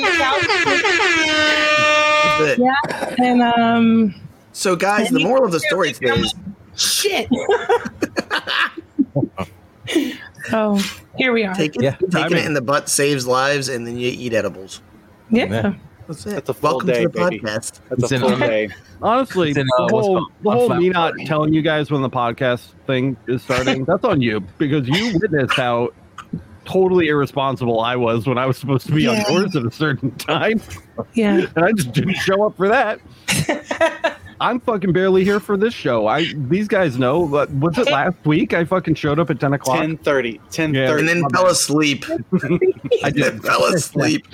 [SPEAKER 8] the couch.
[SPEAKER 1] But-
[SPEAKER 8] Yeah. And um,
[SPEAKER 1] So, guys, the moral of the story today is
[SPEAKER 8] shit. so oh, here we are.
[SPEAKER 1] take it,
[SPEAKER 9] Yeah,
[SPEAKER 1] taking
[SPEAKER 9] timing.
[SPEAKER 1] it in the butt saves lives, and then you eat edibles.
[SPEAKER 8] yeah.
[SPEAKER 1] That's it.
[SPEAKER 6] That's a full
[SPEAKER 1] Welcome
[SPEAKER 6] day,
[SPEAKER 1] to the
[SPEAKER 6] baby.
[SPEAKER 1] podcast.
[SPEAKER 6] that's
[SPEAKER 9] It's
[SPEAKER 6] a
[SPEAKER 9] an
[SPEAKER 6] full
[SPEAKER 9] enema.
[SPEAKER 6] day.
[SPEAKER 3] Honestly,
[SPEAKER 9] It's in, uh,
[SPEAKER 3] the
[SPEAKER 9] what's
[SPEAKER 3] whole,
[SPEAKER 9] called-
[SPEAKER 3] the whole
[SPEAKER 9] on
[SPEAKER 3] me
[SPEAKER 9] Flap
[SPEAKER 3] not telling you guys when the podcast thing is starting, that's on you because you witnessed how totally irresponsible I was when I was supposed to be
[SPEAKER 8] Yeah.
[SPEAKER 3] on yours at a certain time,
[SPEAKER 8] Yeah.
[SPEAKER 3] and I just didn't show up for that. I'm fucking barely here for this show. I these guys know, but was it last week? I fucking showed up at ten o'clock.
[SPEAKER 6] 10:30, 10:30.
[SPEAKER 3] Yeah.
[SPEAKER 1] And then fell asleep.
[SPEAKER 3] I
[SPEAKER 1] Then
[SPEAKER 3] did.
[SPEAKER 1] fell asleep.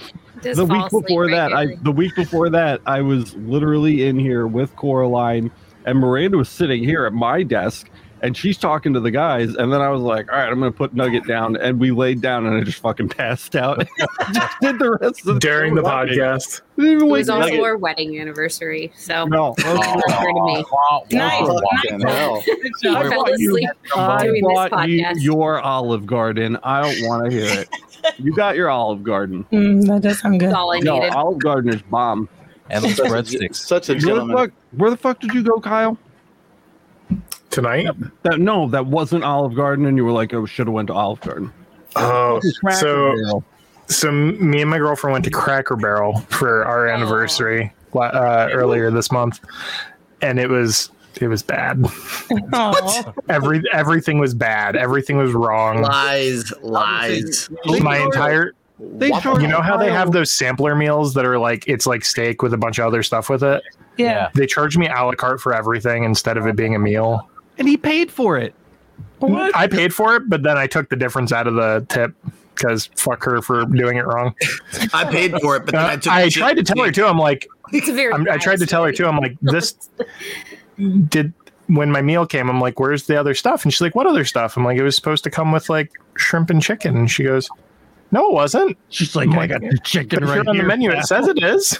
[SPEAKER 2] Just
[SPEAKER 3] the
[SPEAKER 2] fall
[SPEAKER 3] week
[SPEAKER 2] asleep
[SPEAKER 3] before that, I
[SPEAKER 2] regularly.
[SPEAKER 3] the week before that, I was literally in here with Coraline, and Miranda was sitting here at my desk, and she's talking to the guys, and then I was like, "All right, I'm gonna put Nugget down," and we laid down, and I just fucking passed out. just did the rest of the
[SPEAKER 4] during the
[SPEAKER 3] show.
[SPEAKER 4] podcast.
[SPEAKER 3] Didn't even
[SPEAKER 2] It
[SPEAKER 3] wake
[SPEAKER 2] was
[SPEAKER 3] up.
[SPEAKER 2] also
[SPEAKER 6] Nugget.
[SPEAKER 2] our wedding anniversary, so
[SPEAKER 3] No,
[SPEAKER 2] it occurred to me.
[SPEAKER 8] Nice.
[SPEAKER 9] Wow.
[SPEAKER 6] Fucking hell.
[SPEAKER 8] Good
[SPEAKER 2] He
[SPEAKER 8] job.
[SPEAKER 9] Wait,
[SPEAKER 2] fell
[SPEAKER 9] what?
[SPEAKER 2] asleep.
[SPEAKER 3] I
[SPEAKER 2] doing this
[SPEAKER 3] bought you
[SPEAKER 2] podcast.
[SPEAKER 3] your Olive Garden. I don't want to hear it. You got your Olive Garden.
[SPEAKER 8] Mm, that does sound good.
[SPEAKER 2] That's all I
[SPEAKER 3] No,
[SPEAKER 2] needed.
[SPEAKER 3] Olive Garden is bomb.
[SPEAKER 9] and those
[SPEAKER 6] Such a-
[SPEAKER 9] breadsticks
[SPEAKER 6] Such a
[SPEAKER 3] Where the,
[SPEAKER 6] gentleman.
[SPEAKER 3] fuck, where the fuck did you go, Kyle?
[SPEAKER 4] Tonight?
[SPEAKER 3] That no, that wasn't Olive Garden, and you were like, "Oh, should have went to Olive Garden."
[SPEAKER 4] Oh,
[SPEAKER 3] Cracker
[SPEAKER 4] so
[SPEAKER 3] Barrel.
[SPEAKER 4] so me and my girlfriend went to Cracker Barrel for our anniversary la- uh, earlier this month, and it was it was bad.
[SPEAKER 8] Aw.
[SPEAKER 4] Every everything was bad. Everything was wrong.
[SPEAKER 1] Lies, lies.
[SPEAKER 3] They
[SPEAKER 4] My
[SPEAKER 3] charge-
[SPEAKER 4] entire
[SPEAKER 3] They charge
[SPEAKER 4] you know how they
[SPEAKER 3] Kyle-
[SPEAKER 4] have those sampler meals that are like it's like steak with a bunch of other stuff with it.
[SPEAKER 8] Yeah.
[SPEAKER 4] They charged me a la carte for everything instead of it being a meal.
[SPEAKER 3] and he paid for it.
[SPEAKER 8] What?
[SPEAKER 4] I paid for it, but then I took the difference out of the tip because fuck her for doing it wrong.
[SPEAKER 1] I paid for it, but then I
[SPEAKER 4] Uh,
[SPEAKER 1] took.
[SPEAKER 4] I
[SPEAKER 1] the
[SPEAKER 4] tried to tell her too. I'm like,
[SPEAKER 2] It's a very
[SPEAKER 4] I'm, I tried to
[SPEAKER 2] biased
[SPEAKER 4] tell her
[SPEAKER 2] movie.
[SPEAKER 4] too. I'm like, this did when my meal came. I'm like, where's the other stuff? And she's like, what other stuff? I'm like, it was supposed to come with like shrimp and chicken. And she goes, no, it wasn't.
[SPEAKER 3] She's like,
[SPEAKER 4] Oh
[SPEAKER 3] "I
[SPEAKER 4] my
[SPEAKER 3] got
[SPEAKER 4] God.
[SPEAKER 3] the chicken
[SPEAKER 4] But
[SPEAKER 3] right
[SPEAKER 4] here on
[SPEAKER 3] here."
[SPEAKER 4] the menu, it says it is.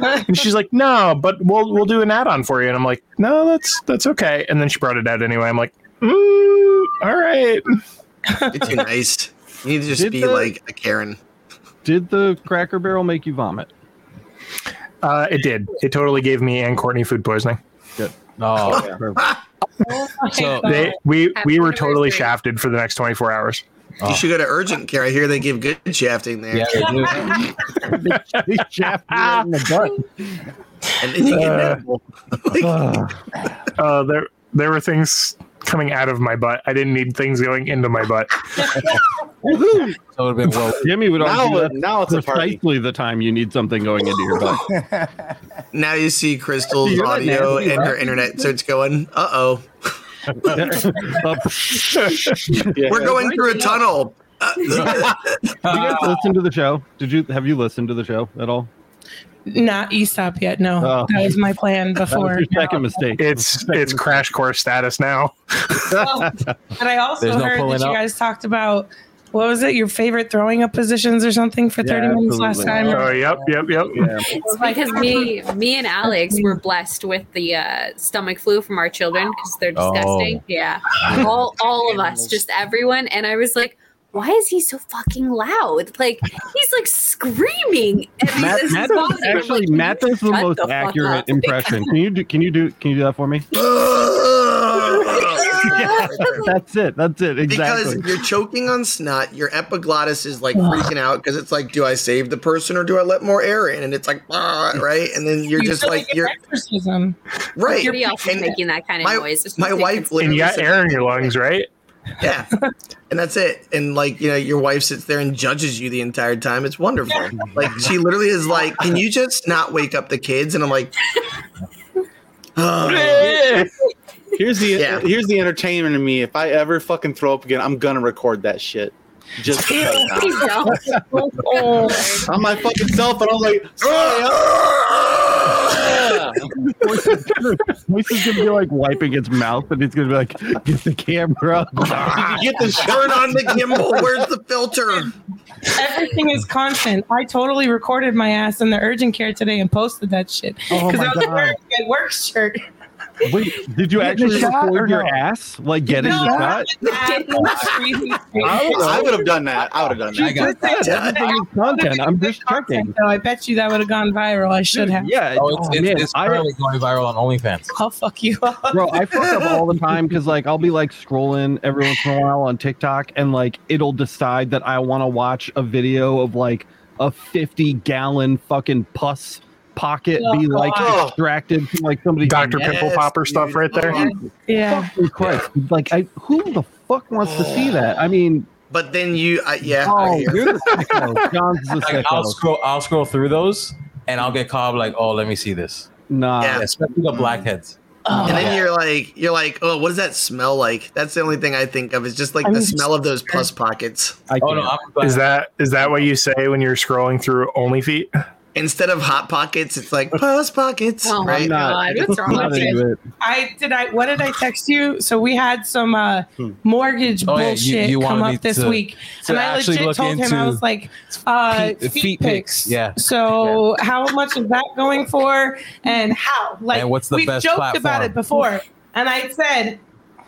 [SPEAKER 4] and she's like, no, but we'll we'll do an add on for you. And I'm like, no, that's that's okay. And then she brought it out anyway. I'm like, mm, all right.
[SPEAKER 1] You're too nice. You need to just
[SPEAKER 3] Did
[SPEAKER 1] be
[SPEAKER 3] the-
[SPEAKER 1] like a Karen.
[SPEAKER 3] Did the Cracker Barrel make you vomit?
[SPEAKER 4] Uh, it did. It totally gave me and Courtney food poisoning.
[SPEAKER 9] oh
[SPEAKER 3] Or-
[SPEAKER 8] Oh my
[SPEAKER 9] So-
[SPEAKER 8] God.
[SPEAKER 4] They we
[SPEAKER 2] Happy
[SPEAKER 8] Oh,
[SPEAKER 4] we were totally
[SPEAKER 2] anniversary.
[SPEAKER 4] shafted for the next 24 hours.
[SPEAKER 9] Oh.
[SPEAKER 1] You should go to urgent care. I hear they give good shafting there,
[SPEAKER 9] Yeah, they do.
[SPEAKER 3] They shaft you right in the
[SPEAKER 1] and then you get
[SPEAKER 4] Uh.
[SPEAKER 1] medical. Like,
[SPEAKER 3] gut.
[SPEAKER 4] Uh, there there were things coming out of my butt. I didn't need things going into my butt.
[SPEAKER 9] So it would have been well.
[SPEAKER 3] Jimmy would argue
[SPEAKER 6] Now,
[SPEAKER 3] that's
[SPEAKER 6] now it's a party.
[SPEAKER 3] precisely the time you need something going into your butt.
[SPEAKER 1] now you see Crystal's
[SPEAKER 3] You're not
[SPEAKER 1] audio
[SPEAKER 3] nasty,
[SPEAKER 1] and her
[SPEAKER 3] right?
[SPEAKER 1] internet starts going. Uh oh,
[SPEAKER 3] Uh, Up.
[SPEAKER 6] Yeah.
[SPEAKER 1] we're going through a tunnel. Uh,
[SPEAKER 3] Did you guys listen to the show? Did you have you listened to the show at all?
[SPEAKER 8] Not ESOP yet. No,
[SPEAKER 3] Oh.
[SPEAKER 8] that was my plan
[SPEAKER 3] That was
[SPEAKER 8] before.
[SPEAKER 3] your second mistake.
[SPEAKER 4] It's it's crash course status now.
[SPEAKER 8] Well, but I also
[SPEAKER 9] There's no
[SPEAKER 8] heard
[SPEAKER 9] pulling
[SPEAKER 8] that you
[SPEAKER 9] up.
[SPEAKER 8] guys talked about what was it? Your favorite throwing up positions or something for
[SPEAKER 3] Yeah,
[SPEAKER 8] 30 minutes last time?
[SPEAKER 3] absolutely.
[SPEAKER 4] Oh, yep, yep, yep.
[SPEAKER 3] yeah.
[SPEAKER 2] It's because me, me and Alex were blessed with the uh, stomach flu from our children because they're
[SPEAKER 9] Oh.
[SPEAKER 2] disgusting. Yeah, all all of us, just everyone. And I was like, why is he so fucking loud? Like he's like screaming. And he's
[SPEAKER 3] Matt,
[SPEAKER 2] his
[SPEAKER 3] Matt
[SPEAKER 2] body.
[SPEAKER 3] does,
[SPEAKER 2] I'm
[SPEAKER 3] actually
[SPEAKER 2] like,
[SPEAKER 3] Matt does the
[SPEAKER 2] shut
[SPEAKER 3] most
[SPEAKER 2] fuck
[SPEAKER 3] accurate
[SPEAKER 2] up.
[SPEAKER 3] impression. Can you do can you do can you do that for me? That's it. That's it.
[SPEAKER 1] because
[SPEAKER 3] Exactly.
[SPEAKER 1] you're choking on snot, your epiglottis is like freaking out because it's like, do I save the person or do I let more air in? And it's like, ah, right? And then you're
[SPEAKER 8] You
[SPEAKER 1] just
[SPEAKER 8] feel
[SPEAKER 1] like,
[SPEAKER 8] an
[SPEAKER 1] you're
[SPEAKER 8] exorcism.
[SPEAKER 1] right.
[SPEAKER 2] Nobody else is
[SPEAKER 1] And
[SPEAKER 2] making that kind of
[SPEAKER 1] my-
[SPEAKER 2] noise. It's
[SPEAKER 1] my
[SPEAKER 2] just-
[SPEAKER 1] wife
[SPEAKER 4] And
[SPEAKER 1] literally
[SPEAKER 4] you got
[SPEAKER 1] said-
[SPEAKER 4] air in your lungs, right?
[SPEAKER 1] Yeah. And that's it. And like, you know, your wife sits there and judges you the entire time. It's wonderful. Like she literally is like, Can you just not wake up the kids? And I'm like, "Oh."
[SPEAKER 6] Here's the
[SPEAKER 1] Yeah.
[SPEAKER 6] here's the entertainment in me. If I ever fucking throw up again, I'm gonna record that shit. Just because.
[SPEAKER 2] Please don't.
[SPEAKER 6] on my fucking cell phone, I'm like, sorry, I'm-
[SPEAKER 3] Voice is gonna be like wiping its mouth and it's gonna be like, get the camera up.
[SPEAKER 6] Did you get the shirt?
[SPEAKER 1] turn on the gimbal. Where's the filter?
[SPEAKER 8] Everything is constant. I totally recorded my ass in the urgent care today and posted that shit.
[SPEAKER 3] Oh
[SPEAKER 8] Because
[SPEAKER 3] my
[SPEAKER 8] I was
[SPEAKER 3] God.
[SPEAKER 8] wearing my work shirt.
[SPEAKER 3] Wait, did you
[SPEAKER 5] Get the
[SPEAKER 3] actually
[SPEAKER 5] shot or
[SPEAKER 3] record your
[SPEAKER 5] no?
[SPEAKER 3] ass? Like getting
[SPEAKER 8] No.
[SPEAKER 3] the shot?
[SPEAKER 8] I
[SPEAKER 6] I would have done that. I would have done
[SPEAKER 9] I
[SPEAKER 6] that.
[SPEAKER 9] got
[SPEAKER 3] Everything is content. I'm just checking.
[SPEAKER 8] So I bet you that would have gone viral. I should have.
[SPEAKER 3] Yeah.
[SPEAKER 9] Oh, it's,
[SPEAKER 3] oh, man,
[SPEAKER 9] it's, it's
[SPEAKER 3] I-
[SPEAKER 9] currently going viral on OnlyFans.
[SPEAKER 8] I'll fuck you up.
[SPEAKER 3] bro i fuck up all the time because like i'll be like scrolling every once in a while on tiktok and like it'll decide that i want to watch a video of like a 50 gallon fucking pus pocket be like
[SPEAKER 6] Oh.
[SPEAKER 3] extracted from like somebody
[SPEAKER 4] Doctor Pimple Popper stuff
[SPEAKER 1] dude.
[SPEAKER 4] right there.
[SPEAKER 8] Yeah.
[SPEAKER 3] fucking Christ. like i who the fuck wants to see that i mean
[SPEAKER 1] But then you, I, yeah. I
[SPEAKER 3] oh
[SPEAKER 1] hear.
[SPEAKER 3] you're the sicko john's the
[SPEAKER 9] Like, I'll
[SPEAKER 3] sicko
[SPEAKER 9] scroll, I'll scroll through those, and I'll get caught up like, oh, let me see this.
[SPEAKER 3] nah
[SPEAKER 1] Yeah.
[SPEAKER 9] Especially the blackheads.
[SPEAKER 8] Oh,
[SPEAKER 1] And then
[SPEAKER 9] Yeah.
[SPEAKER 1] you're like, you're like, oh, what does that smell like? That's the only thing I think of is just like
[SPEAKER 8] I'm
[SPEAKER 1] the
[SPEAKER 8] just-
[SPEAKER 1] smell of those pus pockets.
[SPEAKER 3] i
[SPEAKER 9] Oh
[SPEAKER 3] can't
[SPEAKER 9] no, I'm
[SPEAKER 4] Is that is that what you say when you're scrolling through Only Feet?
[SPEAKER 1] Instead of hot pockets, it's like pus pockets,
[SPEAKER 2] Oh,
[SPEAKER 1] right?
[SPEAKER 3] I'm not,
[SPEAKER 2] God, what's wrong
[SPEAKER 3] not
[SPEAKER 2] with
[SPEAKER 3] into it.
[SPEAKER 8] I did. I what did I text you? So we had some uh,
[SPEAKER 3] Hmm.
[SPEAKER 8] mortgage
[SPEAKER 9] Oh, yeah, you-
[SPEAKER 8] bullshit
[SPEAKER 9] you
[SPEAKER 8] come
[SPEAKER 9] wanted me
[SPEAKER 8] up this
[SPEAKER 9] to-
[SPEAKER 8] week,
[SPEAKER 9] to
[SPEAKER 8] and I
[SPEAKER 9] actually
[SPEAKER 8] legit
[SPEAKER 9] look
[SPEAKER 8] told him I
[SPEAKER 9] into
[SPEAKER 8] was like, uh,
[SPEAKER 9] feet-
[SPEAKER 8] feet,
[SPEAKER 9] feet pics,
[SPEAKER 8] pics.
[SPEAKER 9] yeah.
[SPEAKER 8] So how much is that going for, and how? Like,
[SPEAKER 9] And what's the
[SPEAKER 8] we've
[SPEAKER 9] best
[SPEAKER 8] joked
[SPEAKER 9] platform?
[SPEAKER 8] about it before, and I said,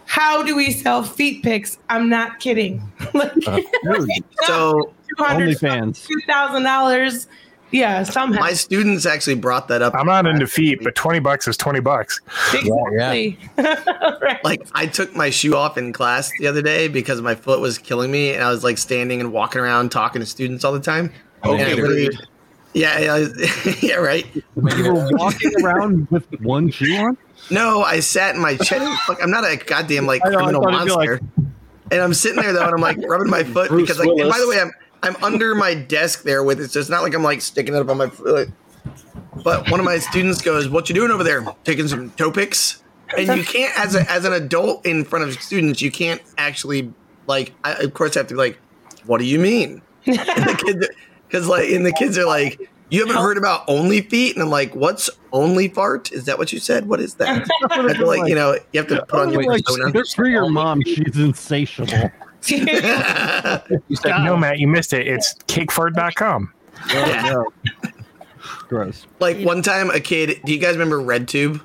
[SPEAKER 8] how do we sell feet pics? I'm not kidding. like
[SPEAKER 9] Uh,
[SPEAKER 3] Dude,
[SPEAKER 1] So
[SPEAKER 8] two hundred,
[SPEAKER 3] OnlyFans.
[SPEAKER 8] two thousand dollars. Yeah, somehow.
[SPEAKER 1] my students actually brought that up.
[SPEAKER 4] I'm not into feet, but twenty bucks is twenty bucks.
[SPEAKER 8] exactly. right.
[SPEAKER 1] like I took my shoe off in class the other day because my foot was killing me, and I was like standing and walking around talking to students all the time.
[SPEAKER 3] Oh,
[SPEAKER 1] And I
[SPEAKER 9] Okay,
[SPEAKER 1] literally- yeah, yeah, I was- yeah, right.
[SPEAKER 3] you were walking around with one shoe on
[SPEAKER 1] No, I sat in my chair. Fuck, I'm not a goddamn like
[SPEAKER 3] I know, I
[SPEAKER 1] criminal
[SPEAKER 3] thought it'd be
[SPEAKER 1] monster.
[SPEAKER 3] like-
[SPEAKER 1] and I'm sitting there though, and I'm like rubbing my foot
[SPEAKER 6] Bruce
[SPEAKER 1] because like. And by the
[SPEAKER 6] Willis.
[SPEAKER 1] way, I'm I'm under my desk there with it, so it's not like I'm like sticking it up on my foot. But one of my students goes, "What you doing over there? Taking some toe pics?" And you can't, as a, as an adult in front of students, you can't actually like. I, of course, I have to be like, "What do you mean?" Because like, and the kids are like, "You haven't heard about only feet?" And I'm like, "What's only fart? Is that what you said? What is that?" I feel like you know, you have to put on your
[SPEAKER 3] Like,
[SPEAKER 1] persona.
[SPEAKER 3] good for your mom, she's insatiable.
[SPEAKER 9] You said
[SPEAKER 4] No, Matt, you missed it. It's cakefart.com.
[SPEAKER 1] Yeah.
[SPEAKER 3] Gross.
[SPEAKER 1] Like one time, a kid. Do you guys remember RedTube?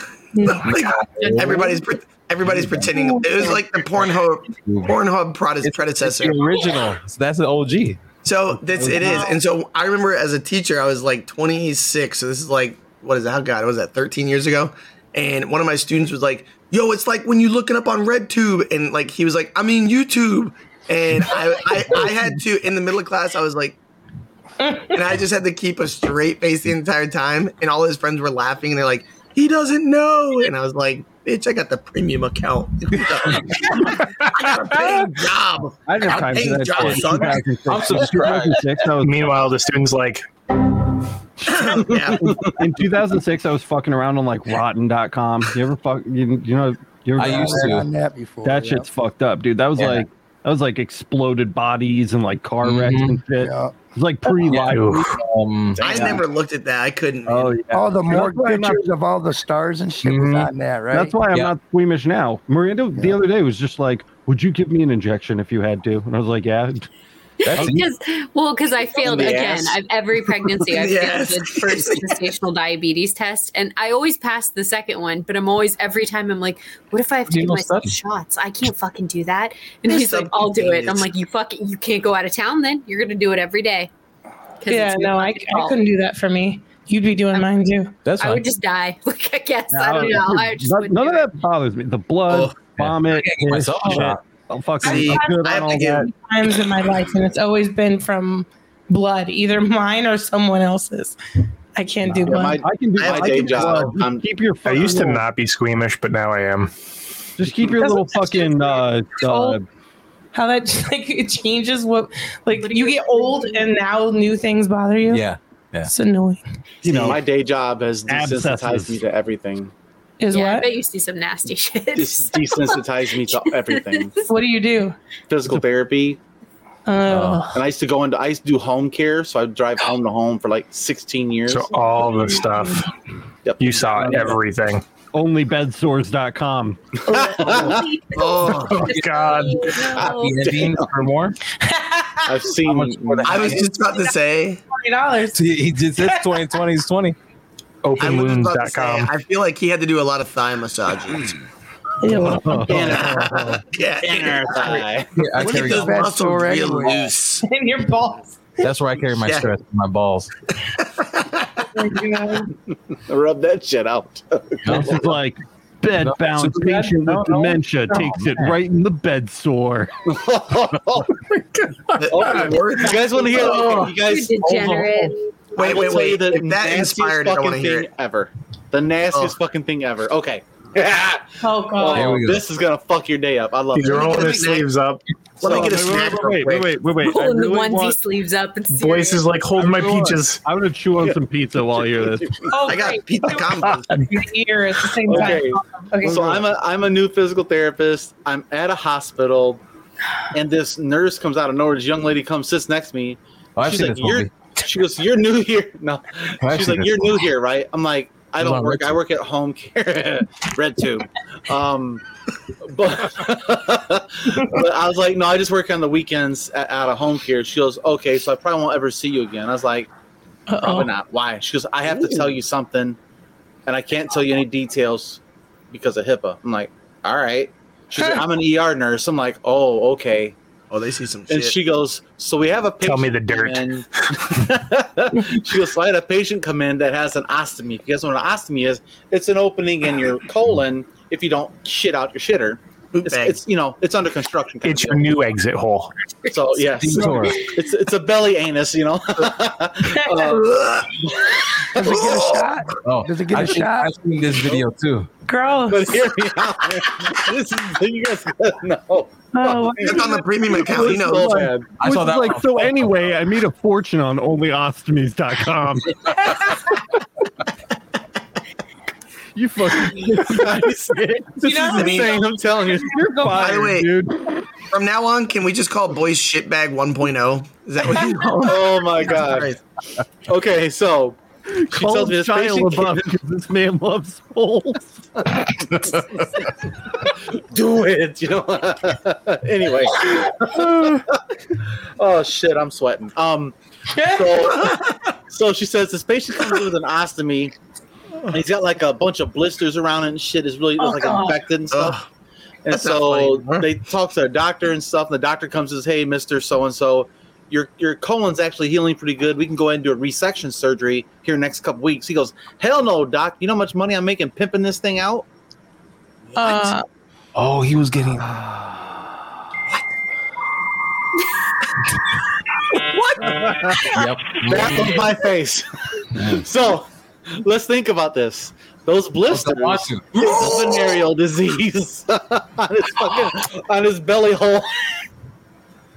[SPEAKER 9] Oh
[SPEAKER 1] Like, everybody's pre- everybody's pretending it was like the Pornhub Pornhub product predecessor.
[SPEAKER 9] the original. So that's an OG.
[SPEAKER 1] So that's it is, and so I remember as a teacher, I was like 26. So this is like what is that? Oh God, what was that 13 years ago? And one of my students was like, "Yo, it's like when you looking up on RedTube," and like he was like, "I mean YouTube." and I, I, I had to in the middle of class. I was like, and I just had to keep a straight face the entire time. And all his friends were laughing, and they're like, "He doesn't know." And I was like, "Bitch, I got the premium account. I got a paying job.
[SPEAKER 3] I didn't have time for
[SPEAKER 1] Hey,
[SPEAKER 3] that.
[SPEAKER 1] John,
[SPEAKER 3] shit.
[SPEAKER 1] son.
[SPEAKER 3] 2006.
[SPEAKER 9] I'm subscribed.
[SPEAKER 3] 2006, I was-
[SPEAKER 4] Meanwhile, the student's like,
[SPEAKER 1] yeah,
[SPEAKER 3] in 2006, I was fucking around on like Rotten.com. You ever fuck? You, you know? You ever
[SPEAKER 9] I
[SPEAKER 3] done
[SPEAKER 9] used
[SPEAKER 3] that?
[SPEAKER 9] to.
[SPEAKER 5] on that before.
[SPEAKER 3] That
[SPEAKER 5] yeah.
[SPEAKER 3] shit's fucked up, dude. That was
[SPEAKER 9] Yeah.
[SPEAKER 3] like that was like exploded bodies and like car wrecks and shit.
[SPEAKER 5] Yeah.
[SPEAKER 3] It's like pre-live.
[SPEAKER 4] oof.
[SPEAKER 9] Um,
[SPEAKER 1] I never looked at that. I couldn't.
[SPEAKER 3] Oh
[SPEAKER 1] Oh,
[SPEAKER 3] yeah.
[SPEAKER 5] All the more
[SPEAKER 3] That's why I'm not-
[SPEAKER 5] pictures of all the stars and shit was
[SPEAKER 4] Mhm.
[SPEAKER 5] on that, right?
[SPEAKER 3] That's why I'm
[SPEAKER 9] Yeah.
[SPEAKER 3] not squeamish now. Miranda the other day was just like, "Would you give me an injection if you had to?" And I was like, "Yeah."
[SPEAKER 9] that's
[SPEAKER 2] Because well, because I failed
[SPEAKER 6] the
[SPEAKER 2] again.
[SPEAKER 6] ass.
[SPEAKER 2] I've every pregnancy I've
[SPEAKER 1] Yes.
[SPEAKER 2] failed the first gestational diabetes test, and I always pass the second one. But I'm always every time I'm like, what if I have to
[SPEAKER 9] Do
[SPEAKER 2] give
[SPEAKER 9] no
[SPEAKER 2] myself
[SPEAKER 9] study.
[SPEAKER 2] shots? I can't fucking do that. And
[SPEAKER 1] There's
[SPEAKER 2] he's like, I'll do it.
[SPEAKER 1] something
[SPEAKER 2] I'm like, you fucking you can't go out of town. Then you're gonna do it every day. 'Cause
[SPEAKER 8] Yeah,
[SPEAKER 2] it's your
[SPEAKER 8] no, I,
[SPEAKER 2] fucking
[SPEAKER 8] I
[SPEAKER 2] fault.
[SPEAKER 8] couldn't do that for me. You'd be doing mine too.
[SPEAKER 9] that's
[SPEAKER 2] I
[SPEAKER 9] fine.
[SPEAKER 2] would just die. Like I guess I don't know. I just
[SPEAKER 3] none,
[SPEAKER 2] wouldn't
[SPEAKER 3] none
[SPEAKER 2] do
[SPEAKER 3] of
[SPEAKER 2] it.
[SPEAKER 3] that bothers me. The blood, vomit,
[SPEAKER 9] I can't give myself a
[SPEAKER 3] shit.
[SPEAKER 9] shot.
[SPEAKER 3] I'm fucking
[SPEAKER 1] See,
[SPEAKER 3] I'm good
[SPEAKER 1] I
[SPEAKER 3] on
[SPEAKER 1] have
[SPEAKER 3] all
[SPEAKER 1] to give-
[SPEAKER 3] that.
[SPEAKER 8] Times in my life, and it's always been from blood, either mine or someone else's. I can't do
[SPEAKER 6] Yeah,
[SPEAKER 8] blood.
[SPEAKER 6] my-
[SPEAKER 3] I can do.
[SPEAKER 6] I have
[SPEAKER 3] I
[SPEAKER 6] a day
[SPEAKER 3] can do
[SPEAKER 6] job.
[SPEAKER 3] blood. Just
[SPEAKER 6] I'm-
[SPEAKER 3] keep your.
[SPEAKER 4] I
[SPEAKER 3] fucking
[SPEAKER 4] used to
[SPEAKER 3] little-
[SPEAKER 4] not be squeamish, but now I am.
[SPEAKER 3] Just keep your
[SPEAKER 8] That's
[SPEAKER 3] little
[SPEAKER 8] what I'm saying.
[SPEAKER 3] fucking. Uh, uh,
[SPEAKER 8] How that like it changes what like you get old and now new things bother you.
[SPEAKER 9] Yeah.
[SPEAKER 8] it's annoying.
[SPEAKER 3] you know,
[SPEAKER 6] my day job has desensitized
[SPEAKER 3] Abscesses.
[SPEAKER 6] me to everything.
[SPEAKER 8] Is
[SPEAKER 2] yeah, I
[SPEAKER 8] what?
[SPEAKER 2] bet you see some nasty
[SPEAKER 6] It's
[SPEAKER 2] shit.
[SPEAKER 6] desensitized me to everything.
[SPEAKER 8] What do you do?
[SPEAKER 6] Physical therapy,
[SPEAKER 8] Oh,
[SPEAKER 6] and I used to go into. I used to do home care, so I'd drive home to home for like 16 years.
[SPEAKER 4] So all the stuff.
[SPEAKER 6] Yep.
[SPEAKER 4] You saw everything.
[SPEAKER 3] onlybedsource.com.
[SPEAKER 1] oh.
[SPEAKER 4] God.
[SPEAKER 9] Happy
[SPEAKER 2] No.
[SPEAKER 9] ending or more?
[SPEAKER 6] I've seen.
[SPEAKER 9] How much more than-
[SPEAKER 1] I was just about to say.
[SPEAKER 8] forty dollars.
[SPEAKER 9] See, he just it's 2020
[SPEAKER 1] I was
[SPEAKER 9] is 20.
[SPEAKER 1] just about to say.
[SPEAKER 4] Openwounds.com.
[SPEAKER 1] I feel like he had to do a lot of thigh massages. yeah,
[SPEAKER 6] Inner thigh.
[SPEAKER 9] Yeah, I
[SPEAKER 1] Look at
[SPEAKER 9] carry,
[SPEAKER 1] those
[SPEAKER 5] That's
[SPEAKER 1] muscles
[SPEAKER 5] so
[SPEAKER 1] real
[SPEAKER 5] regular.
[SPEAKER 1] loose.
[SPEAKER 8] And your balls.
[SPEAKER 9] that's where I carry my
[SPEAKER 1] Yeah.
[SPEAKER 9] stress, my balls.
[SPEAKER 6] Rub that shit out.
[SPEAKER 3] This is like bed
[SPEAKER 9] No,
[SPEAKER 3] bound
[SPEAKER 9] so bad-
[SPEAKER 3] patient
[SPEAKER 9] no,
[SPEAKER 3] with
[SPEAKER 9] no.
[SPEAKER 3] dementia
[SPEAKER 9] No,
[SPEAKER 3] takes it right in the bed sore.
[SPEAKER 1] The- the word-
[SPEAKER 6] You guys want to hear?
[SPEAKER 9] Oh.
[SPEAKER 6] Okay, you
[SPEAKER 2] You
[SPEAKER 6] guys. Oh,
[SPEAKER 2] degenerate.
[SPEAKER 6] I
[SPEAKER 1] Wait,
[SPEAKER 6] will
[SPEAKER 1] wait,
[SPEAKER 6] tell you
[SPEAKER 1] wait.
[SPEAKER 6] The
[SPEAKER 1] If that
[SPEAKER 6] nastiest
[SPEAKER 1] inspired it, I
[SPEAKER 6] fucking
[SPEAKER 1] want to hear
[SPEAKER 6] thing
[SPEAKER 1] it.
[SPEAKER 6] ever. The nastiest
[SPEAKER 1] Oh.
[SPEAKER 6] fucking thing ever. Okay.
[SPEAKER 8] Oh
[SPEAKER 9] Here
[SPEAKER 8] god.
[SPEAKER 9] we
[SPEAKER 6] Oh,
[SPEAKER 9] go.
[SPEAKER 6] this is gonna fuck your day up. I love
[SPEAKER 4] He's
[SPEAKER 6] it.
[SPEAKER 4] rolling his sleeves up.
[SPEAKER 1] Let me get a snack real
[SPEAKER 4] Wait, wait,
[SPEAKER 1] quick.
[SPEAKER 4] wait, wait,
[SPEAKER 6] oh.
[SPEAKER 4] wait. I
[SPEAKER 2] Pulling the
[SPEAKER 4] really
[SPEAKER 2] onesie
[SPEAKER 4] want
[SPEAKER 2] sleeves up. It's
[SPEAKER 4] Boyce is like, hold my
[SPEAKER 3] Everyone.
[SPEAKER 4] peaches.
[SPEAKER 3] I'm gonna chew on some pizza while you're this.
[SPEAKER 8] Oh,
[SPEAKER 1] I got
[SPEAKER 8] great.
[SPEAKER 1] pizza combos.
[SPEAKER 8] Your ear at the same time.
[SPEAKER 6] Okay.
[SPEAKER 8] Okay.
[SPEAKER 6] So I'm a I'm a new physical therapist. I'm at a hospital, and this nurse comes out of nowhere. This young lady comes, sits next to me.
[SPEAKER 9] Oh, I've
[SPEAKER 6] She's
[SPEAKER 9] seen
[SPEAKER 6] like,
[SPEAKER 9] this
[SPEAKER 6] "You're,"
[SPEAKER 9] movie.
[SPEAKER 6] she goes, "You're new here." No,
[SPEAKER 9] Oh, I've
[SPEAKER 6] she's
[SPEAKER 9] seen
[SPEAKER 6] like,
[SPEAKER 9] this
[SPEAKER 6] "You're
[SPEAKER 9] movie.
[SPEAKER 6] new here, right?" I'm like, "I
[SPEAKER 9] It was
[SPEAKER 6] don't
[SPEAKER 9] on
[SPEAKER 6] work.
[SPEAKER 9] Red
[SPEAKER 6] I work at home care, Red Tube." Um, but but I was like, "No, I just work on the weekends at, out of home care." She goes, "Okay, so I probably won't ever see you again." I was like. Probably
[SPEAKER 9] Oh.
[SPEAKER 8] Uh-oh.
[SPEAKER 6] not. Why? She goes, I have to tell you something, and I can't tell you any details because of HIPAA. I'm like, all right. She's like, I'm an ER nurse. I'm like, oh, okay.
[SPEAKER 1] Oh, they see some shit.
[SPEAKER 6] And she goes, so we have a patient.
[SPEAKER 4] Tell me the dirt.
[SPEAKER 6] come in." she goes, so I had a patient come in that has an ostomy. You guys know what an ostomy is? It's an opening in your colon if you don't shit out your shitter.
[SPEAKER 1] Poop
[SPEAKER 6] It's,
[SPEAKER 1] bag.
[SPEAKER 6] it's you know, it's under construction. kind of
[SPEAKER 4] It's your
[SPEAKER 6] deal.
[SPEAKER 4] new exit hole.
[SPEAKER 6] So yes, it's it's a belly anus, you know. Uh,
[SPEAKER 1] Ugh.
[SPEAKER 5] Does it get a shot?
[SPEAKER 9] Oh,
[SPEAKER 5] Does it get a
[SPEAKER 9] I've seen-
[SPEAKER 5] shot?
[SPEAKER 9] I've seen this video too.
[SPEAKER 8] Gross.
[SPEAKER 6] But hear me out. man. This is you guys gotta know.
[SPEAKER 8] Oh,
[SPEAKER 1] It's on the premium account. He
[SPEAKER 6] This is
[SPEAKER 1] knows.
[SPEAKER 6] so bad.
[SPEAKER 9] I
[SPEAKER 3] Which
[SPEAKER 9] saw
[SPEAKER 3] is
[SPEAKER 9] that.
[SPEAKER 3] like,
[SPEAKER 9] one.
[SPEAKER 3] so anyway, I made a fortune on onlyostomies.com. you fucking
[SPEAKER 6] This
[SPEAKER 8] know,
[SPEAKER 6] is insane. I'm telling you.
[SPEAKER 3] you're fired,
[SPEAKER 1] way-
[SPEAKER 3] dude.
[SPEAKER 1] From now on, can we just call Boyce Shitbag 1.0? oh? Is that what you call him?
[SPEAKER 6] Oh my god.
[SPEAKER 1] Christ.
[SPEAKER 6] Okay, so she
[SPEAKER 3] Call
[SPEAKER 6] tells me this
[SPEAKER 3] Shia
[SPEAKER 6] patient
[SPEAKER 3] LaBeouf because this man loves holes.
[SPEAKER 6] can't do it. You know. anyway. oh shit, I'm sweating. Um. So, so she says this patient comes in with an ostomy. And he's got like a bunch of blisters around it and shit is really
[SPEAKER 8] Oh,
[SPEAKER 6] like
[SPEAKER 8] God.
[SPEAKER 6] infected and stuff.
[SPEAKER 1] Ugh.
[SPEAKER 6] And
[SPEAKER 1] That's not funny
[SPEAKER 6] so
[SPEAKER 1] anymore.
[SPEAKER 6] they talk to the doctor and stuff, and the doctor comes and says, Hey, Mr. So and so, your your colon's actually healing pretty good. We can go ahead and do a resection surgery here next couple weeks. He goes, Hell no, doc. You know how much money I'm making pimping this thing out?
[SPEAKER 8] uh,
[SPEAKER 9] Oh, he was getting. yep.
[SPEAKER 6] Back on my face. so let's think about this. Those blisters
[SPEAKER 9] want to.
[SPEAKER 6] is a venereal disease on his fucking on his belly hole.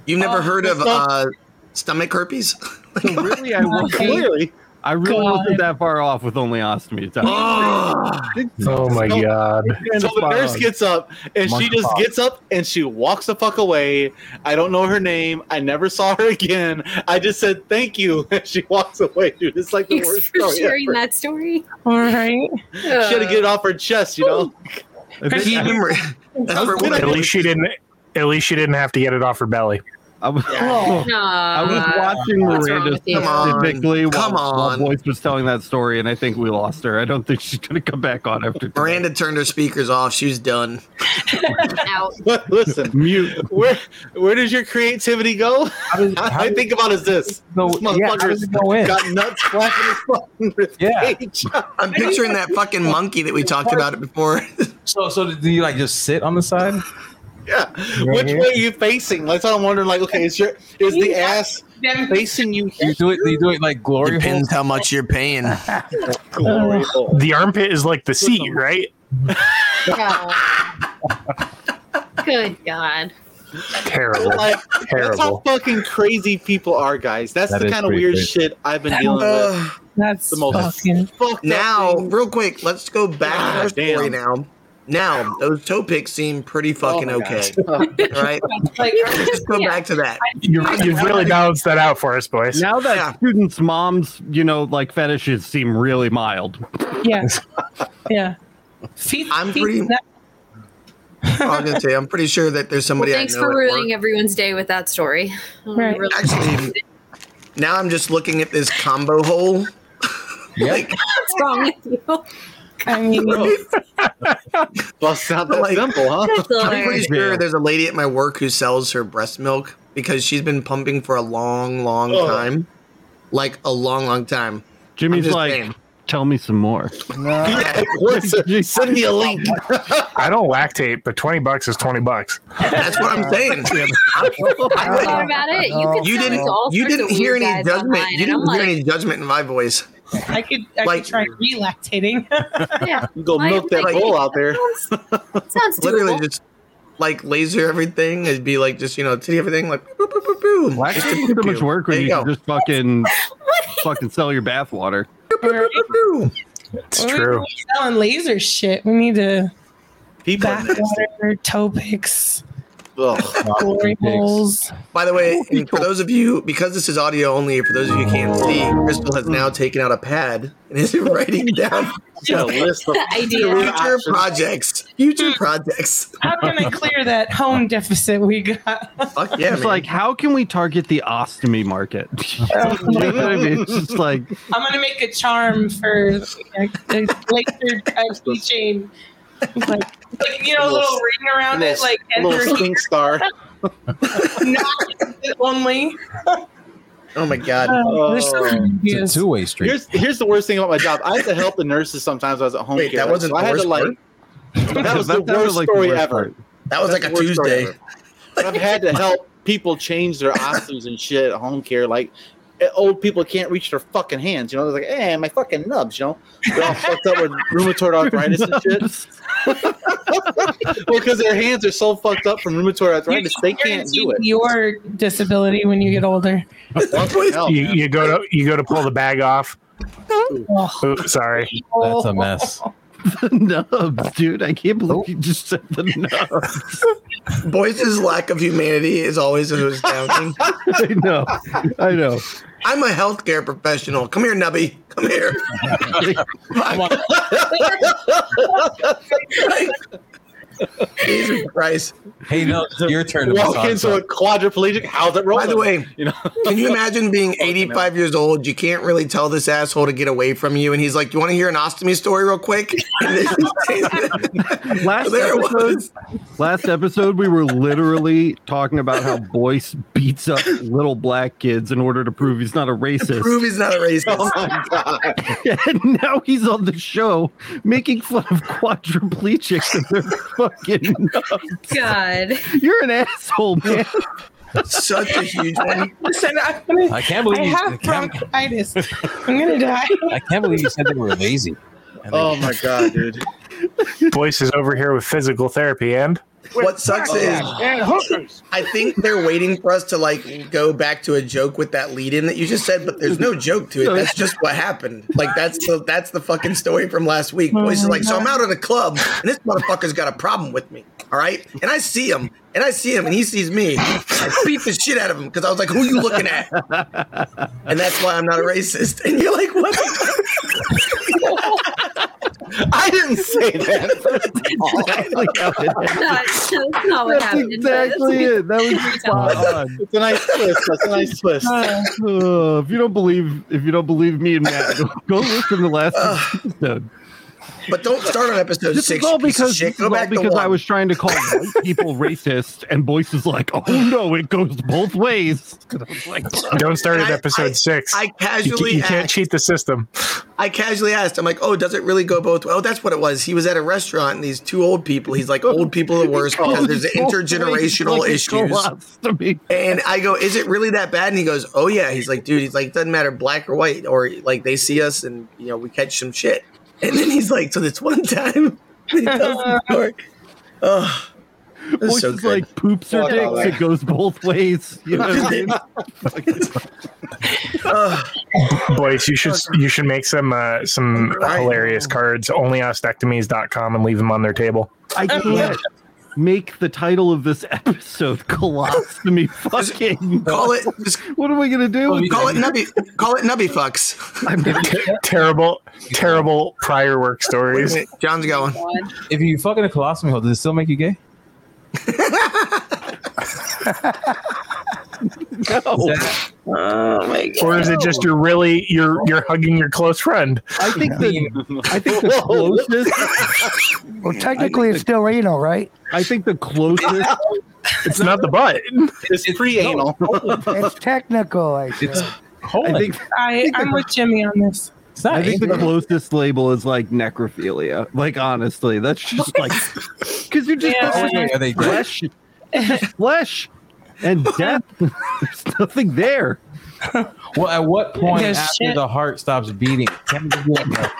[SPEAKER 1] You've never
[SPEAKER 6] Oh,
[SPEAKER 1] heard of
[SPEAKER 6] it's not-
[SPEAKER 1] uh, stomach herpes?
[SPEAKER 3] really, I, wasn't,
[SPEAKER 6] Clearly.
[SPEAKER 3] I really
[SPEAKER 8] God.
[SPEAKER 3] wasn't that far off with only ostomy.
[SPEAKER 1] oh,
[SPEAKER 4] Oh my
[SPEAKER 6] So-
[SPEAKER 4] god.
[SPEAKER 6] So the nurse gets up and she just
[SPEAKER 9] Monkeypox.
[SPEAKER 6] gets up and she walks the fuck away. I don't know her name. I never saw her again. I just said thank you. And she walks away, dude. It's like the
[SPEAKER 2] Thanks
[SPEAKER 6] worst
[SPEAKER 2] for
[SPEAKER 6] story
[SPEAKER 2] sharing
[SPEAKER 6] ever.
[SPEAKER 2] that story.
[SPEAKER 8] All right.
[SPEAKER 2] She
[SPEAKER 6] She had to get it off her chest, you know.
[SPEAKER 3] I,
[SPEAKER 7] Keep him. That's for
[SPEAKER 4] At
[SPEAKER 7] when
[SPEAKER 4] least she didn't. At least she didn't have to get it off her belly.
[SPEAKER 3] was,
[SPEAKER 7] Yeah.
[SPEAKER 3] I was watching
[SPEAKER 2] Uh, what's wrong
[SPEAKER 3] Miranda
[SPEAKER 2] with you?
[SPEAKER 3] specifically
[SPEAKER 7] on.
[SPEAKER 1] Come
[SPEAKER 2] Come
[SPEAKER 3] while, while
[SPEAKER 1] on.
[SPEAKER 3] Boyce was telling that story, and I think we lost her. I don't think she's going to come back on after tonight.
[SPEAKER 1] Miranda turned her speakers off. She was done.
[SPEAKER 2] out.
[SPEAKER 6] But listen,
[SPEAKER 3] Mute.
[SPEAKER 6] where where does your creativity go? I think about is this.
[SPEAKER 9] No,
[SPEAKER 6] this
[SPEAKER 9] yeah, how
[SPEAKER 6] motherfucker's
[SPEAKER 9] does it go in?
[SPEAKER 6] got nuts flapping his fucking wrist
[SPEAKER 9] Yeah.
[SPEAKER 6] page.
[SPEAKER 1] I'm picturing that fucking monkey that we talked about it before.
[SPEAKER 9] So, so do you like just sit on the side?
[SPEAKER 6] Yeah. Which way are you facing? That's what I'm wondering. Like, okay, is your is the ass
[SPEAKER 8] Them
[SPEAKER 6] facing you
[SPEAKER 9] Do you do it? Do you do it like glory hole?
[SPEAKER 7] Depends how much you're paying.
[SPEAKER 6] Glory hole.
[SPEAKER 4] The armpit is like the seat, right?
[SPEAKER 2] Good God.
[SPEAKER 4] Terrible.
[SPEAKER 6] Like, that's how
[SPEAKER 4] Terrible.
[SPEAKER 6] fucking crazy people are, guys. That's
[SPEAKER 9] That
[SPEAKER 6] the
[SPEAKER 9] is
[SPEAKER 6] kind of
[SPEAKER 9] pretty
[SPEAKER 6] weird
[SPEAKER 9] crazy.
[SPEAKER 6] shit I've been dealing with.
[SPEAKER 1] Uh,
[SPEAKER 8] That's
[SPEAKER 6] The most
[SPEAKER 8] fucking.
[SPEAKER 6] Fucked
[SPEAKER 1] now,
[SPEAKER 6] up things.
[SPEAKER 1] real quick, let's go back to our
[SPEAKER 6] God
[SPEAKER 1] story
[SPEAKER 6] Ah, damn. Oh
[SPEAKER 1] now. Now, those toe picks seem pretty fucking
[SPEAKER 6] my God.
[SPEAKER 1] okay. All right.
[SPEAKER 8] Like,
[SPEAKER 1] Let's go
[SPEAKER 2] Yeah.
[SPEAKER 1] back to that.
[SPEAKER 4] You, you've really balanced that out for us, boys.
[SPEAKER 3] Now that
[SPEAKER 1] Yeah.
[SPEAKER 3] students' moms, you know, like fetishes seem really mild.
[SPEAKER 8] yeah. Yeah. Feet.
[SPEAKER 1] I'm
[SPEAKER 8] feet
[SPEAKER 1] pretty- I was gonna say, I'm pretty sure that there's
[SPEAKER 2] Well,
[SPEAKER 1] somebody
[SPEAKER 2] thanks
[SPEAKER 1] I know.
[SPEAKER 2] for
[SPEAKER 1] at
[SPEAKER 2] ruining
[SPEAKER 1] work.
[SPEAKER 2] everyone's day with that story. Um,
[SPEAKER 8] Right.
[SPEAKER 2] really-
[SPEAKER 1] Actually, now I'm just looking at this combo hole. like,
[SPEAKER 2] What's wrong with you?
[SPEAKER 8] I mean,
[SPEAKER 6] Bust out that
[SPEAKER 1] Like-
[SPEAKER 6] simple, huh?
[SPEAKER 2] Good
[SPEAKER 1] I'm pretty
[SPEAKER 2] Lord.
[SPEAKER 1] sure there's a lady at my work who sells her breast milk because she's been pumping for a long, long
[SPEAKER 6] Oh.
[SPEAKER 1] time. Like a long, long time. I'm
[SPEAKER 3] Jimmy's
[SPEAKER 1] just
[SPEAKER 3] like,
[SPEAKER 1] saying.
[SPEAKER 3] tell me some more.
[SPEAKER 6] Listen, Send me a link.
[SPEAKER 4] I don't lactate, but twenty bucks is twenty bucks.
[SPEAKER 1] That's what I'm saying.
[SPEAKER 2] I thought about it. You, could
[SPEAKER 1] You
[SPEAKER 2] sell it
[SPEAKER 1] didn't.
[SPEAKER 2] to all
[SPEAKER 1] You
[SPEAKER 2] sorts
[SPEAKER 1] didn't
[SPEAKER 2] of
[SPEAKER 1] hear
[SPEAKER 2] weird
[SPEAKER 1] any
[SPEAKER 2] guys
[SPEAKER 1] judgment.
[SPEAKER 2] online,
[SPEAKER 1] You
[SPEAKER 2] and I'm
[SPEAKER 1] didn't hear
[SPEAKER 2] like,
[SPEAKER 1] any judgment in my voice.
[SPEAKER 8] I could, I
[SPEAKER 1] Like-
[SPEAKER 8] could try relactating.
[SPEAKER 2] Yeah.
[SPEAKER 6] Go
[SPEAKER 2] Why
[SPEAKER 6] milk that
[SPEAKER 2] am I-
[SPEAKER 6] bowl out there.
[SPEAKER 2] Sounds, sounds
[SPEAKER 1] Literally,
[SPEAKER 2] doable.
[SPEAKER 1] just like laser everything. It'd be like just you know titty everything. Like boop, boop, boop, boop, boop.
[SPEAKER 3] Why
[SPEAKER 1] Just
[SPEAKER 3] can't you
[SPEAKER 1] a
[SPEAKER 3] do so
[SPEAKER 1] pew,
[SPEAKER 3] much work when
[SPEAKER 1] There
[SPEAKER 3] you
[SPEAKER 1] you go.
[SPEAKER 3] can just fucking
[SPEAKER 2] What?
[SPEAKER 3] fucking sell your bathwater?
[SPEAKER 1] Boop, boop, boop.
[SPEAKER 4] It's
[SPEAKER 8] We're
[SPEAKER 4] true.
[SPEAKER 8] selling laser shit. We need to
[SPEAKER 6] People are nasty.
[SPEAKER 8] backwater, toe picks,
[SPEAKER 6] Ugh.
[SPEAKER 8] glory holes.
[SPEAKER 1] By the way, and for those of you, because this is audio only, for those of you who can't see, Crystal has now taken out a pad and is writing down
[SPEAKER 6] Yeah, list of
[SPEAKER 2] idea.
[SPEAKER 1] future
[SPEAKER 6] options.
[SPEAKER 1] projects.
[SPEAKER 3] Hmm.
[SPEAKER 1] Future projects.
[SPEAKER 8] How can I clear that home deficit we got?
[SPEAKER 1] Fuck yeah,
[SPEAKER 3] It's
[SPEAKER 1] man.
[SPEAKER 3] like, how can we target the ostomy market? you know what I mean? It's just like,
[SPEAKER 8] I'm gonna make a charm for you know, the laser type keychain. Like, like you know, a little ring around it,
[SPEAKER 6] Little-
[SPEAKER 8] like
[SPEAKER 6] little
[SPEAKER 8] enter
[SPEAKER 6] stink star.
[SPEAKER 8] only.
[SPEAKER 1] oh my god.
[SPEAKER 8] Uh, there's
[SPEAKER 6] Oh.
[SPEAKER 8] so many
[SPEAKER 9] It's
[SPEAKER 8] ideas.
[SPEAKER 9] a two-way street.
[SPEAKER 6] Here's here's the worst thing about my job. I had to help the nurses sometimes. when I was at home.
[SPEAKER 1] Wait,
[SPEAKER 6] care.
[SPEAKER 1] that wasn't
[SPEAKER 6] So I
[SPEAKER 1] the
[SPEAKER 6] had
[SPEAKER 1] worst
[SPEAKER 6] to like.
[SPEAKER 1] part?
[SPEAKER 6] That was the
[SPEAKER 3] that sounded
[SPEAKER 6] worst
[SPEAKER 3] like the
[SPEAKER 6] story
[SPEAKER 3] worst
[SPEAKER 6] ever.
[SPEAKER 3] part.
[SPEAKER 1] That was like a
[SPEAKER 6] That's the worst story
[SPEAKER 1] Tuesday.
[SPEAKER 6] ever. But I've had to help people change their costumes and shit at home care. Like eh, old people can't reach their fucking hands. You know, they're like, "Eh, my fucking nubs." You know, they're all fucked up with rheumatoid arthritis and shit. Well, because their hands are so fucked up from rheumatoid arthritis, they can't do it.
[SPEAKER 8] Your disability when you get older.
[SPEAKER 6] Fucking hell,
[SPEAKER 4] You,
[SPEAKER 6] Oh, man.
[SPEAKER 4] you go to you go to pull the bag off.
[SPEAKER 8] Oh,
[SPEAKER 4] Oops, sorry.
[SPEAKER 9] That's a mess.
[SPEAKER 3] The nubs, dude. I can't believe you just said the nubs.
[SPEAKER 1] Boyce's lack of humanity is always his down.
[SPEAKER 3] I know. I know.
[SPEAKER 1] I'm a healthcare professional. Come here, Nubby. Come here.
[SPEAKER 9] Come on.
[SPEAKER 1] Jesus Christ.
[SPEAKER 9] Hey, no, it's your turn to
[SPEAKER 6] walk
[SPEAKER 9] massage.
[SPEAKER 6] into a
[SPEAKER 9] them.
[SPEAKER 6] quadriplegic. How's it rolling?
[SPEAKER 1] By the way,
[SPEAKER 6] you know,
[SPEAKER 1] can you imagine being 85 years old? You can't really tell this asshole to get away from you. And he's like, You want to hear an ostomy story real quick? And this is-
[SPEAKER 3] Last
[SPEAKER 1] there it
[SPEAKER 3] episode,
[SPEAKER 1] was.
[SPEAKER 3] last episode, we were literally talking about how Boyce beats up little black kids in order to prove he's not a racist.
[SPEAKER 1] Prove he's not a
[SPEAKER 6] oh
[SPEAKER 1] racist.
[SPEAKER 6] my god,
[SPEAKER 3] and now he's on the show making fun of quadriplegics and they're fucking
[SPEAKER 2] God.
[SPEAKER 3] you're an asshole man
[SPEAKER 1] Such a huge one.
[SPEAKER 8] Listen, I'm gonna,
[SPEAKER 9] I can't believe
[SPEAKER 8] I
[SPEAKER 9] you- I
[SPEAKER 8] have
[SPEAKER 9] can't-
[SPEAKER 8] bronchitis. I'm gonna die.
[SPEAKER 9] I can't believe you said they were lazy. And they-
[SPEAKER 6] Oh my god, dude.
[SPEAKER 4] Boyce is over here with physical therapy, and
[SPEAKER 1] What sucks is
[SPEAKER 5] And hookers.
[SPEAKER 1] I think they're waiting for us to like go back to a joke with that lead in that you just said, but there's no joke to it. That's just what happened. Like that's the that's the fucking story from last week.
[SPEAKER 3] Oh
[SPEAKER 1] Boyce is like, so I'm out in a club and this motherfucker's got a problem with me. All right. And I see him. And I see him and he sees me. I beat the shit out of him because I was like, who you looking at? And that's why I'm not a racist. And you're like, what the fuck?
[SPEAKER 6] I didn't say that.
[SPEAKER 3] exactly how it is.
[SPEAKER 2] That's not, that's not what
[SPEAKER 3] That's
[SPEAKER 2] happened.
[SPEAKER 3] exactly it. That was spot on.
[SPEAKER 6] It's a nice twist. That's a nice twist.
[SPEAKER 3] Uh, if you don't believe, if you don't believe me and Matt, go, go listen to last episode.
[SPEAKER 1] But don't start on episode
[SPEAKER 3] This
[SPEAKER 1] six.
[SPEAKER 3] is all
[SPEAKER 1] you piece of
[SPEAKER 3] because,
[SPEAKER 1] shit.
[SPEAKER 3] this is all
[SPEAKER 1] Go back to
[SPEAKER 3] because I
[SPEAKER 1] one.
[SPEAKER 3] was trying to call white people racist, and Boyce is like, "Oh no, it goes both ways." And I was like,
[SPEAKER 4] don't start at
[SPEAKER 1] I-
[SPEAKER 4] episode six.
[SPEAKER 1] I
[SPEAKER 4] you, ca-
[SPEAKER 1] casually
[SPEAKER 4] you can't
[SPEAKER 1] asked-
[SPEAKER 4] cheat the system.
[SPEAKER 1] I casually asked, I'm like, oh, does it really go both ways? Oh, that's what it was. He was at a restaurant and these two old people, he's like, old people are worse because there's
[SPEAKER 3] "Both ways,
[SPEAKER 1] intergenerational
[SPEAKER 3] like it
[SPEAKER 1] issues.
[SPEAKER 3] collapsed to me.
[SPEAKER 1] And I go, is it really that bad? And he goes, oh, yeah. He's like, dude, he's like, doesn't matter black or white, or like they see us and, you know, we catch some shit. And then he's like, so this one time, he tells the story. Oh, this
[SPEAKER 3] Boyce
[SPEAKER 1] is so
[SPEAKER 3] is
[SPEAKER 1] good.
[SPEAKER 3] like, "Poops or
[SPEAKER 6] Fuck all
[SPEAKER 3] dicks,
[SPEAKER 6] that.
[SPEAKER 3] it goes both ways." You know what I mean?
[SPEAKER 1] Ugh.
[SPEAKER 4] Boyce, you should you should make some uh, some hilarious cards. Onlyostectomies.com and leave them on their table.
[SPEAKER 3] I can't make the title of this episode colostomy fucking.
[SPEAKER 1] call it, just
[SPEAKER 3] What am I gonna do? with
[SPEAKER 1] call it nubby, call it nubby fucks.
[SPEAKER 3] I'm gonna
[SPEAKER 4] Terrible, terrible prior work stories.
[SPEAKER 1] John's going.
[SPEAKER 9] if you fucking a colostomy hole, does it still make you gay?
[SPEAKER 3] no.
[SPEAKER 8] Oh my
[SPEAKER 4] Or is it just you're really you're you're hugging your close friend?
[SPEAKER 3] I think the I think the closest
[SPEAKER 5] Well, technically, it's still anal, right?
[SPEAKER 3] I think the closest
[SPEAKER 4] It's not the butt.
[SPEAKER 6] It's pre-anal.
[SPEAKER 5] It's technical. I said.
[SPEAKER 9] It's colon.
[SPEAKER 3] I think
[SPEAKER 8] I, I'm with Jimmy on this.
[SPEAKER 9] it's not
[SPEAKER 3] I think the
[SPEAKER 9] anal.
[SPEAKER 3] closest label is like necrophilia. Like honestly, that's just like because you just
[SPEAKER 8] Yeah.
[SPEAKER 9] Oh, wait, are they dead?
[SPEAKER 3] flesh, flesh, and death. There's nothing there.
[SPEAKER 9] Well, at what point
[SPEAKER 8] There's
[SPEAKER 9] after
[SPEAKER 8] shit.
[SPEAKER 9] the heart stops beating? Can we do that?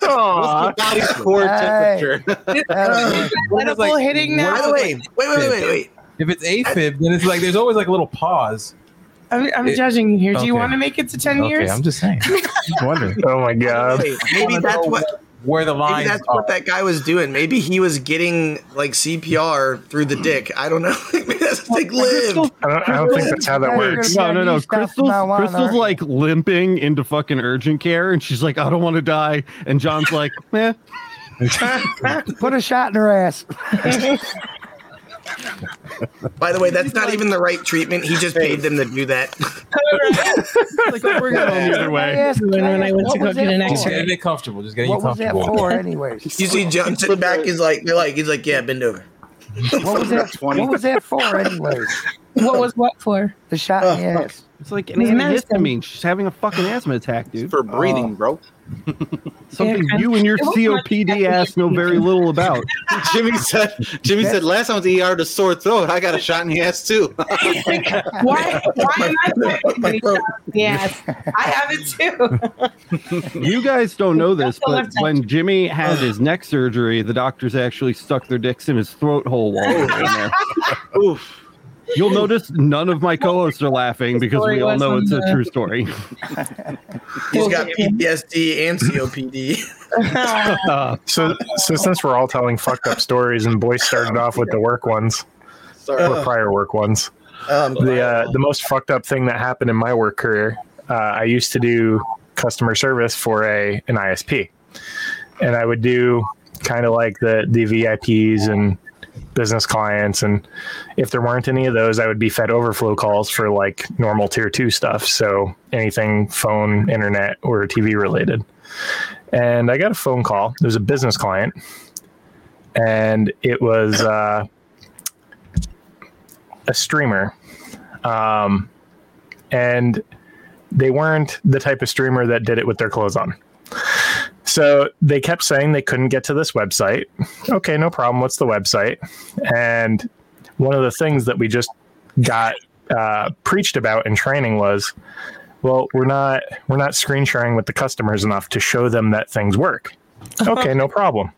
[SPEAKER 4] Aww.
[SPEAKER 6] Body's core
[SPEAKER 5] Hey.
[SPEAKER 6] temperature.
[SPEAKER 5] Uh,
[SPEAKER 8] Incredible
[SPEAKER 9] like,
[SPEAKER 8] hitting
[SPEAKER 1] By the
[SPEAKER 8] now.
[SPEAKER 1] way, wait, wait, wait, wait.
[SPEAKER 9] If it's AFib, then it's like there's always like a little pause.
[SPEAKER 8] I'm, I'm
[SPEAKER 9] It-
[SPEAKER 8] judging you here. Do
[SPEAKER 9] okay.
[SPEAKER 8] you want to make it to 10
[SPEAKER 9] Okay,
[SPEAKER 8] years?
[SPEAKER 9] I'm just saying. I'm just wondering
[SPEAKER 4] Oh my god.
[SPEAKER 1] Wait, maybe that's what
[SPEAKER 9] where the
[SPEAKER 1] Maybe
[SPEAKER 9] lines
[SPEAKER 1] that's
[SPEAKER 9] are.
[SPEAKER 1] what that guy was doing. Maybe he was getting like CPR through the dick. I don't know. Maybe that's like live.
[SPEAKER 4] I don't, I don't think that's how that works.
[SPEAKER 3] No, no, no.
[SPEAKER 5] Stuff
[SPEAKER 3] Crystal's
[SPEAKER 5] marijuana.
[SPEAKER 3] Crystal's like limping into fucking urgent care, and she's like, "I don't want to die," and John's like, "Eh."
[SPEAKER 5] Put a shot in her ass.
[SPEAKER 1] By the way, that's not even the right treatment. He just paid them to do that.
[SPEAKER 3] Like we're going either
[SPEAKER 5] I
[SPEAKER 3] way.
[SPEAKER 5] asked,
[SPEAKER 8] When- when I went
[SPEAKER 5] what
[SPEAKER 8] to go
[SPEAKER 5] was
[SPEAKER 8] get
[SPEAKER 5] that
[SPEAKER 8] an
[SPEAKER 5] for?
[SPEAKER 9] Just getting it comfortable. Just getting
[SPEAKER 5] What
[SPEAKER 9] you
[SPEAKER 5] was that
[SPEAKER 9] comfortable.
[SPEAKER 5] for, anyways?
[SPEAKER 1] You see John sitting back, he's like, they're like, he's like, yeah, bend over.
[SPEAKER 5] What was that?
[SPEAKER 6] 20.
[SPEAKER 5] What was that for, anyways?
[SPEAKER 8] what was what for?
[SPEAKER 5] The shot in
[SPEAKER 3] Uh,
[SPEAKER 5] the ass.
[SPEAKER 3] It's like an
[SPEAKER 8] It's medicine.
[SPEAKER 3] antihistamine. She's having a fucking asthma attack, dude.
[SPEAKER 6] For breathing, bro.
[SPEAKER 3] Something
[SPEAKER 8] Yeah.
[SPEAKER 3] you and your
[SPEAKER 8] It wasn't like
[SPEAKER 3] COPD
[SPEAKER 8] that.
[SPEAKER 3] ass know very little about.
[SPEAKER 6] Jimmy said. Jimmy said last time was ER to sore throat. I got a shot in the ass too.
[SPEAKER 8] Why? Why am I
[SPEAKER 1] My throat.
[SPEAKER 8] Yes, I have it too.
[SPEAKER 3] You guys don't know this,
[SPEAKER 8] That's the
[SPEAKER 3] but
[SPEAKER 8] left hand.
[SPEAKER 3] when Jimmy had his neck surgery, the doctors actually stuck their dicks in his throat hole while he was in there.
[SPEAKER 6] Oof.
[SPEAKER 3] You'll notice none of my co-hosts are laughing because we all know it's a true story.
[SPEAKER 1] He's got PTSD and COPD.
[SPEAKER 3] Uh,
[SPEAKER 4] So, so since we're all telling fucked up stories, and Boyce started off with the work ones
[SPEAKER 6] Sorry.
[SPEAKER 4] or prior work ones.
[SPEAKER 1] Um,
[SPEAKER 4] the uh, the most fucked up thing that happened in my work career. Uh, I used to do customer service for a an ISP, and I would do kind of like the the VIPs and business clients, and if there weren't any of those, I would be fed overflow calls for like normal tier two stuff. So anything phone, internet, or TV related. And I got a phone call. It was a business client, and it was uh, a streamer um, and they weren't the type of streamer that did it with their clothes on. So they kept saying they couldn't get to this website. Okay, no problem. What's the website? And one of the things that we just got uh, preached about in training was, well, we're not we're not screen sharing with the customers enough to show them that things work. okay, no problem.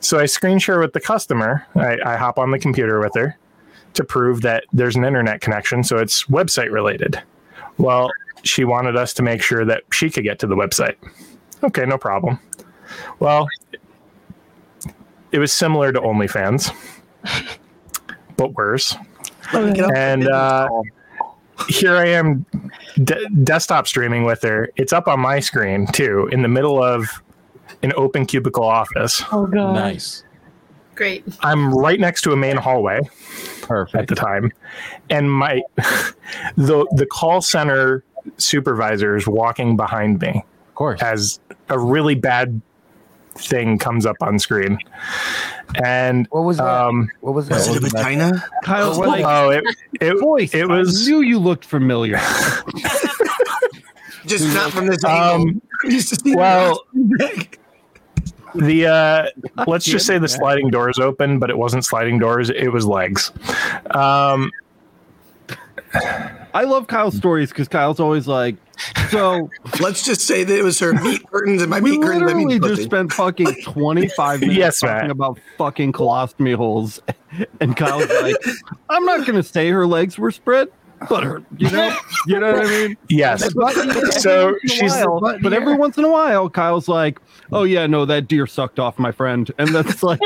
[SPEAKER 4] So I screen share with the customer. I, I hop on the computer with her to prove that there's an internet connection, so it's website related. Well, she wanted us to make sure that she could get to the website. Okay, no problem. Well, it was similar to OnlyFans, but worse. And uh, here I am de- desktop streaming with her. It's up on my screen too, in the middle of an open cubicle office.
[SPEAKER 8] Oh god.
[SPEAKER 9] Nice.
[SPEAKER 2] Great.
[SPEAKER 4] I'm right next to a main hallway at
[SPEAKER 9] Perfect.
[SPEAKER 4] the time, and my the the call center supervisor is walking behind me
[SPEAKER 9] Of course.
[SPEAKER 4] as a really bad thing comes up on screen, and
[SPEAKER 5] What was that?
[SPEAKER 3] uh,
[SPEAKER 4] um,
[SPEAKER 5] what was
[SPEAKER 7] Was
[SPEAKER 5] that?
[SPEAKER 7] it a vagina?
[SPEAKER 3] Kyle's like,
[SPEAKER 4] oh, it it,
[SPEAKER 3] voice.
[SPEAKER 4] it
[SPEAKER 3] I
[SPEAKER 4] was
[SPEAKER 3] knew you looked familiar.
[SPEAKER 7] Just not from this angle.
[SPEAKER 4] um,
[SPEAKER 7] Just to see
[SPEAKER 4] well-
[SPEAKER 7] the-
[SPEAKER 4] the uh let's just say the sliding doors open but it wasn't sliding doors it was legs um
[SPEAKER 3] I love Kyle's stories because Kyle's always like, so
[SPEAKER 7] Let's just say that it was her meat curtains and my
[SPEAKER 3] we
[SPEAKER 7] meat curtains. I mean,
[SPEAKER 3] literally
[SPEAKER 7] pussy.
[SPEAKER 3] just spent fucking 25 minutes
[SPEAKER 4] Yes,
[SPEAKER 3] talking
[SPEAKER 4] Matt.
[SPEAKER 3] about fucking colostomy holes. And Kyle's like, I'm not going to say her legs were spread, but her, you know, you know what I mean?
[SPEAKER 4] yes
[SPEAKER 3] But
[SPEAKER 4] so
[SPEAKER 3] she's
[SPEAKER 4] she's
[SPEAKER 3] but, every once in a while, Kyle's like, "Oh yeah, no, that deer sucked off my friend," and that's like,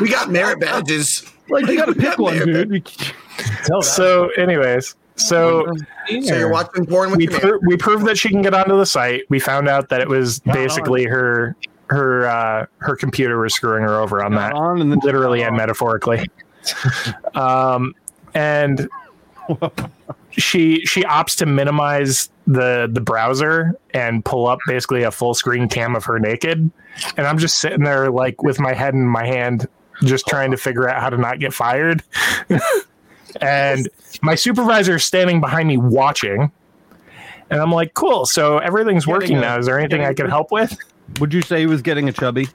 [SPEAKER 7] we got merit badges.
[SPEAKER 3] like you gotta pick one, dude. You-
[SPEAKER 9] Tell that.
[SPEAKER 4] so anyways so
[SPEAKER 7] So you're watching porn with
[SPEAKER 4] we
[SPEAKER 7] your man.
[SPEAKER 4] pro- we proved that she can get onto the site we found out that it was basically her her uh her computer was screwing her over on that
[SPEAKER 3] on and then
[SPEAKER 4] literally and metaphorically. um, and she she opts to minimize the the browser and pull up basically a full screen cam of her naked, and I'm just sitting there like with my head in my hand, just trying to figure out how to not get fired. and my supervisor is standing behind me watching. And I'm like, cool. So everything's working
[SPEAKER 3] a-
[SPEAKER 4] now. Is there anything I can help with?
[SPEAKER 3] Would you say he was getting a chubby?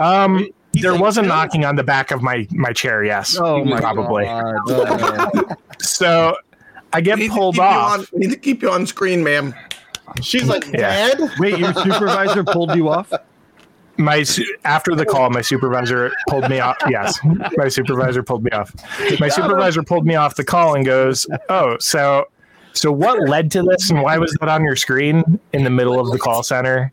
[SPEAKER 4] Um, there was a knocking on the back of my my chair. Yes. probably. Oh So I
[SPEAKER 7] We need
[SPEAKER 4] get
[SPEAKER 7] to
[SPEAKER 4] pulled
[SPEAKER 7] keep you
[SPEAKER 4] off.
[SPEAKER 7] on- we need to keep you on screen, ma'am.
[SPEAKER 6] She's like,
[SPEAKER 4] Yeah.
[SPEAKER 6] Dad?
[SPEAKER 3] Wait, your supervisor pulled you off?
[SPEAKER 4] My su- after the call, my supervisor pulled me off. Yes, my supervisor pulled me off. My supervisor pulled me off the call and goes, "Oh, so so what led to this, and why was that on your screen in the middle of the call center?"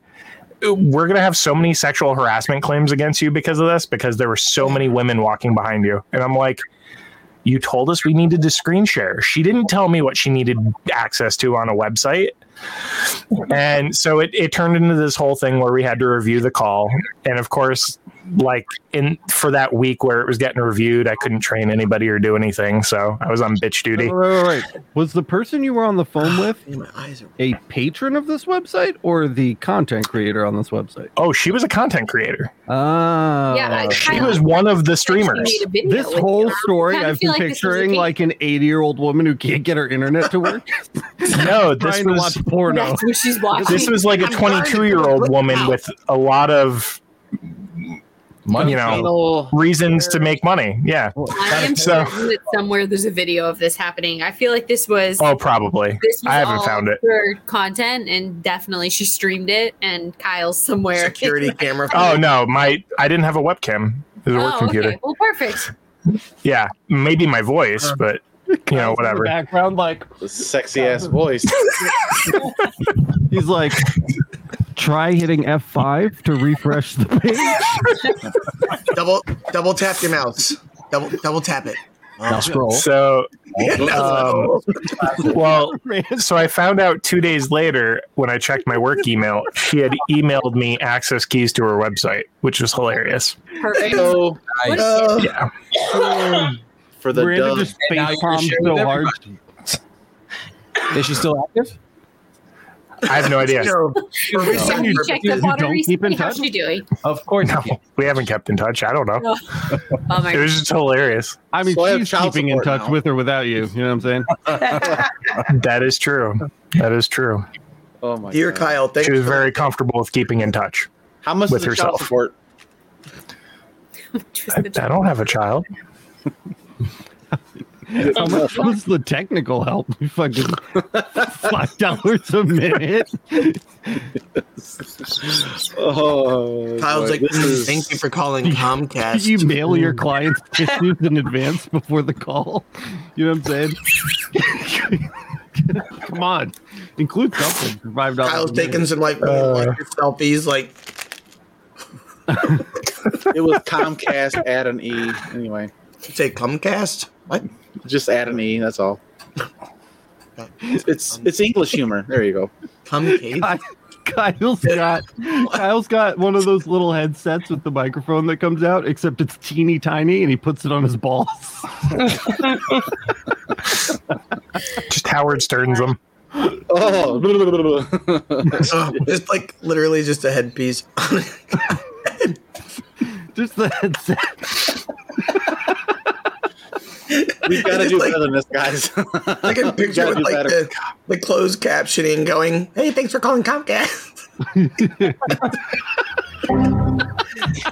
[SPEAKER 4] We're gonna have so many sexual harassment claims against you because of this, because there were so many women walking behind you, and I'm like. You told us we needed to screen share. She didn't tell me what she needed access to on a website. and so it, it turned into this whole thing where we had to review the call and of course like in for that week where it was getting reviewed i couldn't train anybody or do anything so i was on bitch duty
[SPEAKER 3] Wait, wait, wait, wait. Was the person you were on the phone with
[SPEAKER 7] Man, my eyes are.
[SPEAKER 3] a patron of this website or the content creator on this website?
[SPEAKER 4] oh she was a content creator
[SPEAKER 3] Ah,
[SPEAKER 2] Yeah, I-
[SPEAKER 4] she was one of the streamers
[SPEAKER 2] Actually made a video
[SPEAKER 3] This
[SPEAKER 2] with
[SPEAKER 3] whole
[SPEAKER 2] you.
[SPEAKER 3] story,
[SPEAKER 2] Kinda
[SPEAKER 3] I've
[SPEAKER 2] feel
[SPEAKER 3] been
[SPEAKER 2] like this was a
[SPEAKER 3] picturing
[SPEAKER 2] cake.
[SPEAKER 3] like an 80 year old woman who can't get her internet to work,
[SPEAKER 4] no this
[SPEAKER 3] trying
[SPEAKER 4] was
[SPEAKER 3] to watch porno.
[SPEAKER 2] That's what she's watching.
[SPEAKER 4] this was like a
[SPEAKER 7] I'm sorry,
[SPEAKER 4] 22 year old
[SPEAKER 7] but-
[SPEAKER 4] woman with a lot of
[SPEAKER 9] Money
[SPEAKER 4] you know.
[SPEAKER 6] Final-
[SPEAKER 4] reasons to make money yeah
[SPEAKER 2] I am
[SPEAKER 4] So-
[SPEAKER 2] certain that somewhere there's a video of this happening. I feel like this was
[SPEAKER 4] oh probably
[SPEAKER 2] this was
[SPEAKER 4] I haven't
[SPEAKER 2] all
[SPEAKER 4] found it.
[SPEAKER 2] her content, and definitely she streamed it. And Kyle's somewhere.
[SPEAKER 7] Security camera.
[SPEAKER 4] oh no my i didn't have a webcam it was a work
[SPEAKER 2] Oh,
[SPEAKER 4] computer
[SPEAKER 2] okay. Well, perfect.
[SPEAKER 4] yeah maybe my voice but you know whatever
[SPEAKER 3] background, like
[SPEAKER 6] The sexy ass voice.
[SPEAKER 3] he's like, try hitting F5 to refresh the page.
[SPEAKER 7] Double double tap your mouse. Double double tap it. Oh,
[SPEAKER 9] Now scroll.
[SPEAKER 4] So, um, well,
[SPEAKER 3] Man,
[SPEAKER 4] so I found out two days later when I checked my work email, she had emailed me access keys to her website, which was hilarious.
[SPEAKER 2] Perfect.
[SPEAKER 6] So,
[SPEAKER 9] Nice.
[SPEAKER 7] Uh,
[SPEAKER 4] Yeah.
[SPEAKER 6] for the
[SPEAKER 3] Miranda
[SPEAKER 6] dub.
[SPEAKER 3] just
[SPEAKER 9] And now
[SPEAKER 3] face
[SPEAKER 9] you're
[SPEAKER 3] palmed
[SPEAKER 9] sharing
[SPEAKER 3] so
[SPEAKER 9] with
[SPEAKER 3] hard.
[SPEAKER 9] Is she still active?
[SPEAKER 4] I have no idea.
[SPEAKER 7] no.
[SPEAKER 2] Every
[SPEAKER 7] No.
[SPEAKER 2] time you check the
[SPEAKER 3] You
[SPEAKER 2] water
[SPEAKER 3] don't
[SPEAKER 2] recently,
[SPEAKER 3] keep in
[SPEAKER 2] how's
[SPEAKER 3] touch?
[SPEAKER 2] she doing?
[SPEAKER 9] Of course.
[SPEAKER 4] No, we haven't kept in touch. I don't know. It
[SPEAKER 2] Bummer.
[SPEAKER 4] was just hilarious.
[SPEAKER 3] I mean,
[SPEAKER 6] So I have
[SPEAKER 3] she's
[SPEAKER 6] child
[SPEAKER 3] keeping in
[SPEAKER 6] support
[SPEAKER 3] touch
[SPEAKER 6] now.
[SPEAKER 3] with or without you. You know what I'm saying?
[SPEAKER 4] That is true. That is true.
[SPEAKER 6] Oh my
[SPEAKER 7] Dear
[SPEAKER 6] God.
[SPEAKER 7] Kyle, thank
[SPEAKER 4] She
[SPEAKER 7] you.
[SPEAKER 4] was very comfortable with keeping in touch.
[SPEAKER 6] How much
[SPEAKER 4] with
[SPEAKER 6] is the child
[SPEAKER 4] herself.
[SPEAKER 6] support?
[SPEAKER 4] I, I don't have a child.
[SPEAKER 3] How much was the technical help? Fucking five dollars a minute.
[SPEAKER 6] Oh,
[SPEAKER 7] Kyle's
[SPEAKER 6] boy,
[SPEAKER 7] like, "Mm,
[SPEAKER 6] this is-
[SPEAKER 7] thank you for calling Comcast.
[SPEAKER 3] Did you mail your clients issues in advance before the call? You know what I'm saying? Come on, include something. for Five dollars.
[SPEAKER 1] Kyle's taking some like uh, selfies, like
[SPEAKER 6] it was Comcast add an E. Anyway,
[SPEAKER 1] say Comcast. What?
[SPEAKER 6] just add an E. That's all.
[SPEAKER 1] um,
[SPEAKER 6] It's it's English humor. There you go.
[SPEAKER 7] Comcast.
[SPEAKER 3] Ky- Kyle's got Kyle's got one of those little headsets with the microphone that comes out, except it's teeny tiny, and he puts it on his balls.
[SPEAKER 4] Just Howard Stern's them.
[SPEAKER 6] Oh,
[SPEAKER 1] Oh, just like literally just a headpiece.
[SPEAKER 3] Just the headset.
[SPEAKER 6] we gotta
[SPEAKER 1] It's
[SPEAKER 6] do
[SPEAKER 1] like-
[SPEAKER 6] better than this, guys.
[SPEAKER 1] I can picture
[SPEAKER 6] Gotta
[SPEAKER 1] with,
[SPEAKER 6] do
[SPEAKER 1] like
[SPEAKER 6] better.
[SPEAKER 1] the, the closed captioning going, "Hey, thanks for calling Comcast."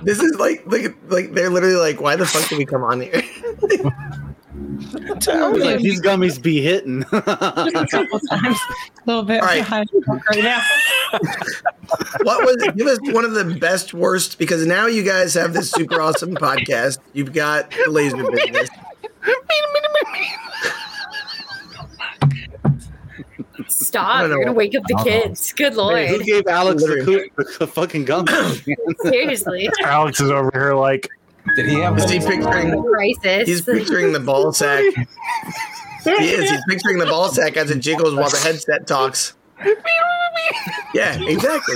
[SPEAKER 1] this is like, like, like they're literally like, "Why the fuck did we come on here?"
[SPEAKER 6] Like,
[SPEAKER 8] Totally.
[SPEAKER 6] these gummies be hitting.
[SPEAKER 8] a couple times, a little bit
[SPEAKER 1] All right.
[SPEAKER 8] behind right now.
[SPEAKER 1] what was give us one of the best worst because now you guys have this super awesome podcast. You've got the laser business. I
[SPEAKER 2] Stop.
[SPEAKER 1] don't know
[SPEAKER 2] You're going to
[SPEAKER 1] what-
[SPEAKER 2] wake up the kids. Good
[SPEAKER 6] Who
[SPEAKER 2] Lord.
[SPEAKER 6] gave Alex the,
[SPEAKER 1] Literally.
[SPEAKER 6] coo- the fucking gummies?
[SPEAKER 2] Seriously.
[SPEAKER 4] Alex is over here like,
[SPEAKER 9] Did he have?
[SPEAKER 1] Is he picturing?
[SPEAKER 2] Crisis.
[SPEAKER 1] He's picturing the ball sack. He is. He's picturing the ball sack as it jiggles while the headset talks. Yeah, exactly.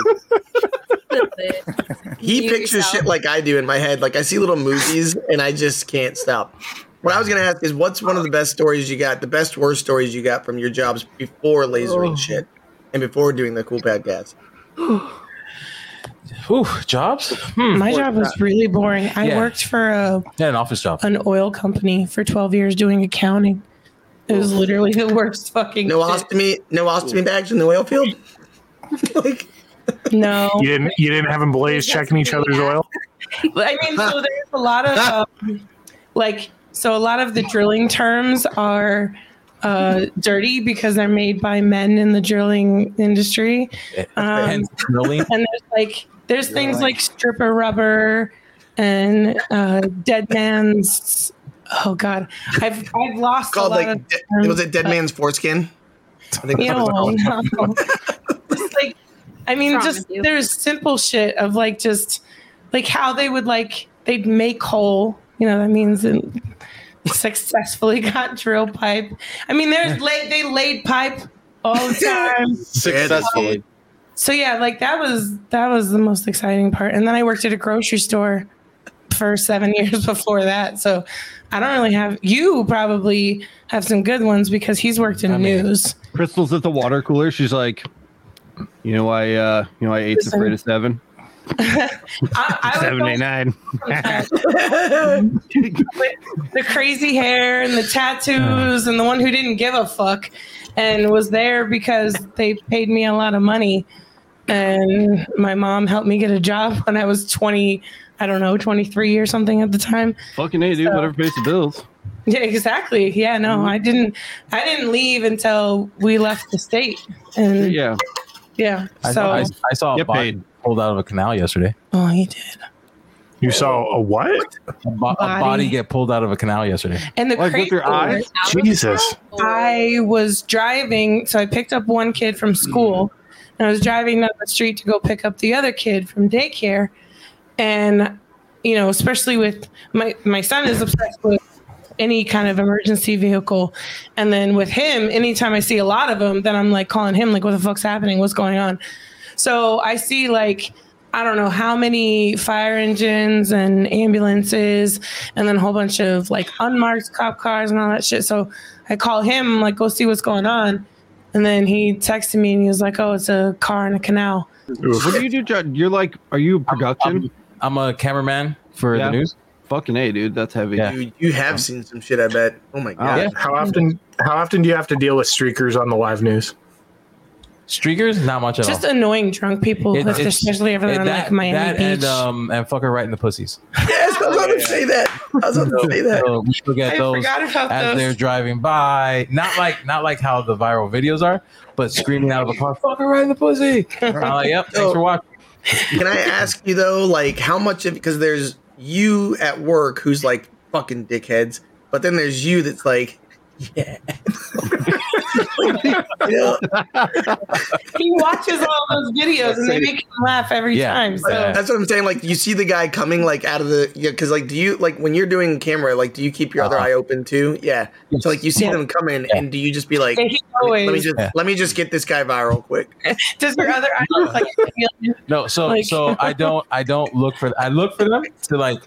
[SPEAKER 2] That's it.
[SPEAKER 1] He
[SPEAKER 2] You
[SPEAKER 1] pictures
[SPEAKER 2] yourself.
[SPEAKER 1] shit like I do in my head. Like I see little movies and I just can't stop. What I was gonna ask is, what's one of the best stories you got? The best worst stories you got from your jobs before lasering shit and before doing the cool podcast?
[SPEAKER 9] Ooh, jobs? Hmm.
[SPEAKER 8] My job was really boring. I
[SPEAKER 9] Yeah.
[SPEAKER 8] worked for a,
[SPEAKER 9] Yeah, an office job.
[SPEAKER 8] an oil company for 12 years doing accounting. It was literally the worst fucking.
[SPEAKER 1] No
[SPEAKER 8] shit.
[SPEAKER 1] ostomy, no ostomy bags in the oil field. like
[SPEAKER 8] No.
[SPEAKER 4] you didn't you didn't have employees checking each other's oil?
[SPEAKER 8] I mean, so there's a lot of um, like, so a lot of the drilling terms are uh, dirty because they're made by men in the drilling industry. Um,
[SPEAKER 9] and really,
[SPEAKER 8] and there's like there's things like stripper rubber and uh, dead man's. Oh God, I've I've lost
[SPEAKER 1] called
[SPEAKER 8] a lot
[SPEAKER 1] like
[SPEAKER 8] of.
[SPEAKER 1] de- was it Dead Man's Foreskin? I think
[SPEAKER 8] You
[SPEAKER 1] that
[SPEAKER 8] know,
[SPEAKER 1] was all.
[SPEAKER 8] no. just like I mean,
[SPEAKER 2] What's wrong
[SPEAKER 8] just
[SPEAKER 2] with you?
[SPEAKER 8] there's simple shit of like just like how they would like they'd make hole. You know that means and successfully got drill pipe. I mean, there's laid they laid pipe all the time.
[SPEAKER 6] Successfully.
[SPEAKER 8] so yeah like that was that was the most exciting part and then i worked at a grocery store for seven years before that so i don't really have you probably have some good ones because he's worked in
[SPEAKER 9] I mean-
[SPEAKER 8] news
[SPEAKER 3] Crystal's at the water cooler. She's like, you know, I uh, you know, I ate some
[SPEAKER 8] Listen.
[SPEAKER 3] afraid of seven.
[SPEAKER 8] I, I would
[SPEAKER 3] Seven
[SPEAKER 8] go
[SPEAKER 3] eight nine.
[SPEAKER 8] sometimes with the crazy hair and the tattoos and the one who didn't give a fuck and was there because they paid me a lot of money and my mom helped me get a job when i was 20 i don't know 23 or something at the time
[SPEAKER 3] Fucking hey, dude,
[SPEAKER 8] So-
[SPEAKER 3] whatever pays the bills.
[SPEAKER 8] Yeah, exactly. Yeah, no,
[SPEAKER 3] Mm-hmm.
[SPEAKER 8] I didn't. I didn't leave until we left the state, and yeah,
[SPEAKER 3] Yeah,
[SPEAKER 9] I,
[SPEAKER 8] so
[SPEAKER 9] I, I saw a
[SPEAKER 3] Get
[SPEAKER 9] bot
[SPEAKER 3] paid.
[SPEAKER 9] pulled out of a canal yesterday.
[SPEAKER 8] oh, he did.
[SPEAKER 4] You saw a what?
[SPEAKER 9] A, bo- a
[SPEAKER 8] Body.
[SPEAKER 9] body get pulled out of a canal yesterday.
[SPEAKER 8] And the
[SPEAKER 3] Like, with
[SPEAKER 8] crazy
[SPEAKER 3] your
[SPEAKER 8] part,
[SPEAKER 3] eyes?
[SPEAKER 4] Jesus.
[SPEAKER 8] I was driving, so I picked up one kid from school, and I was driving down the street to go pick up the other kid from daycare, and you know, especially with my my son is obsessed with any kind of emergency vehicle, and then with him, anytime I see a lot of them, then I'm like calling him, like, what the fuck's happening? What's going on? So I see like I don't know how many fire engines and ambulances and then a whole bunch of like unmarked cop cars and all that shit. So I call him, like, go see what's going on. And then he texted me and he was like, Oh, it's a car in a canal.
[SPEAKER 3] what do you do? John? You're like, are you production?
[SPEAKER 9] I'm, I'm a cameraman for
[SPEAKER 3] Yeah.
[SPEAKER 9] the news.
[SPEAKER 3] Fucking a, dude, that's heavy.
[SPEAKER 9] Yeah.
[SPEAKER 1] You, you have seen some shit, I bet. Oh my god!
[SPEAKER 9] yeah.
[SPEAKER 4] How often how often do you have to deal with streakers on the live news?
[SPEAKER 9] Streakers, not much at
[SPEAKER 8] Just
[SPEAKER 9] all.
[SPEAKER 8] annoying drunk people,
[SPEAKER 9] It-
[SPEAKER 8] if they're-
[SPEAKER 9] it's-
[SPEAKER 8] especially if
[SPEAKER 9] it-
[SPEAKER 8] they're on
[SPEAKER 9] that-
[SPEAKER 8] like
[SPEAKER 9] um,
[SPEAKER 8] Miami
[SPEAKER 9] that
[SPEAKER 8] Beach.
[SPEAKER 9] and um and fuck her right in the pussies.
[SPEAKER 1] Yes, was about to say that. I was about to say that.
[SPEAKER 9] So we look at
[SPEAKER 8] I
[SPEAKER 9] those
[SPEAKER 8] forgot about
[SPEAKER 9] as
[SPEAKER 8] those.
[SPEAKER 9] they're driving by. Not like not like how the viral videos are, but screaming out of the car, "Fucking right in the pussy!" I'm like, "Yep, thanks for watching."
[SPEAKER 1] Can I ask you though, like how much of because there's you at work who's like fucking dickheads, but then there's you that's like, yeah. You know,
[SPEAKER 8] He watches all those videos and they make him laugh every
[SPEAKER 9] Yeah.
[SPEAKER 8] time. So
[SPEAKER 9] Yeah.
[SPEAKER 1] that's what I'm saying. Like you see the guy coming like out of the yeah, because like do you like when you're doing camera, like do you keep your other
[SPEAKER 9] Uh-huh.
[SPEAKER 1] eye open too? Yeah. So like you see
[SPEAKER 9] Yeah.
[SPEAKER 1] them coming and do you just be like
[SPEAKER 8] and he
[SPEAKER 1] let me-
[SPEAKER 8] always
[SPEAKER 1] let me just
[SPEAKER 9] Yeah.
[SPEAKER 1] let me just get this guy viral quick.
[SPEAKER 8] does your other eye look like
[SPEAKER 9] No, so
[SPEAKER 8] Like-
[SPEAKER 9] so I don't I don't look for I look for them to like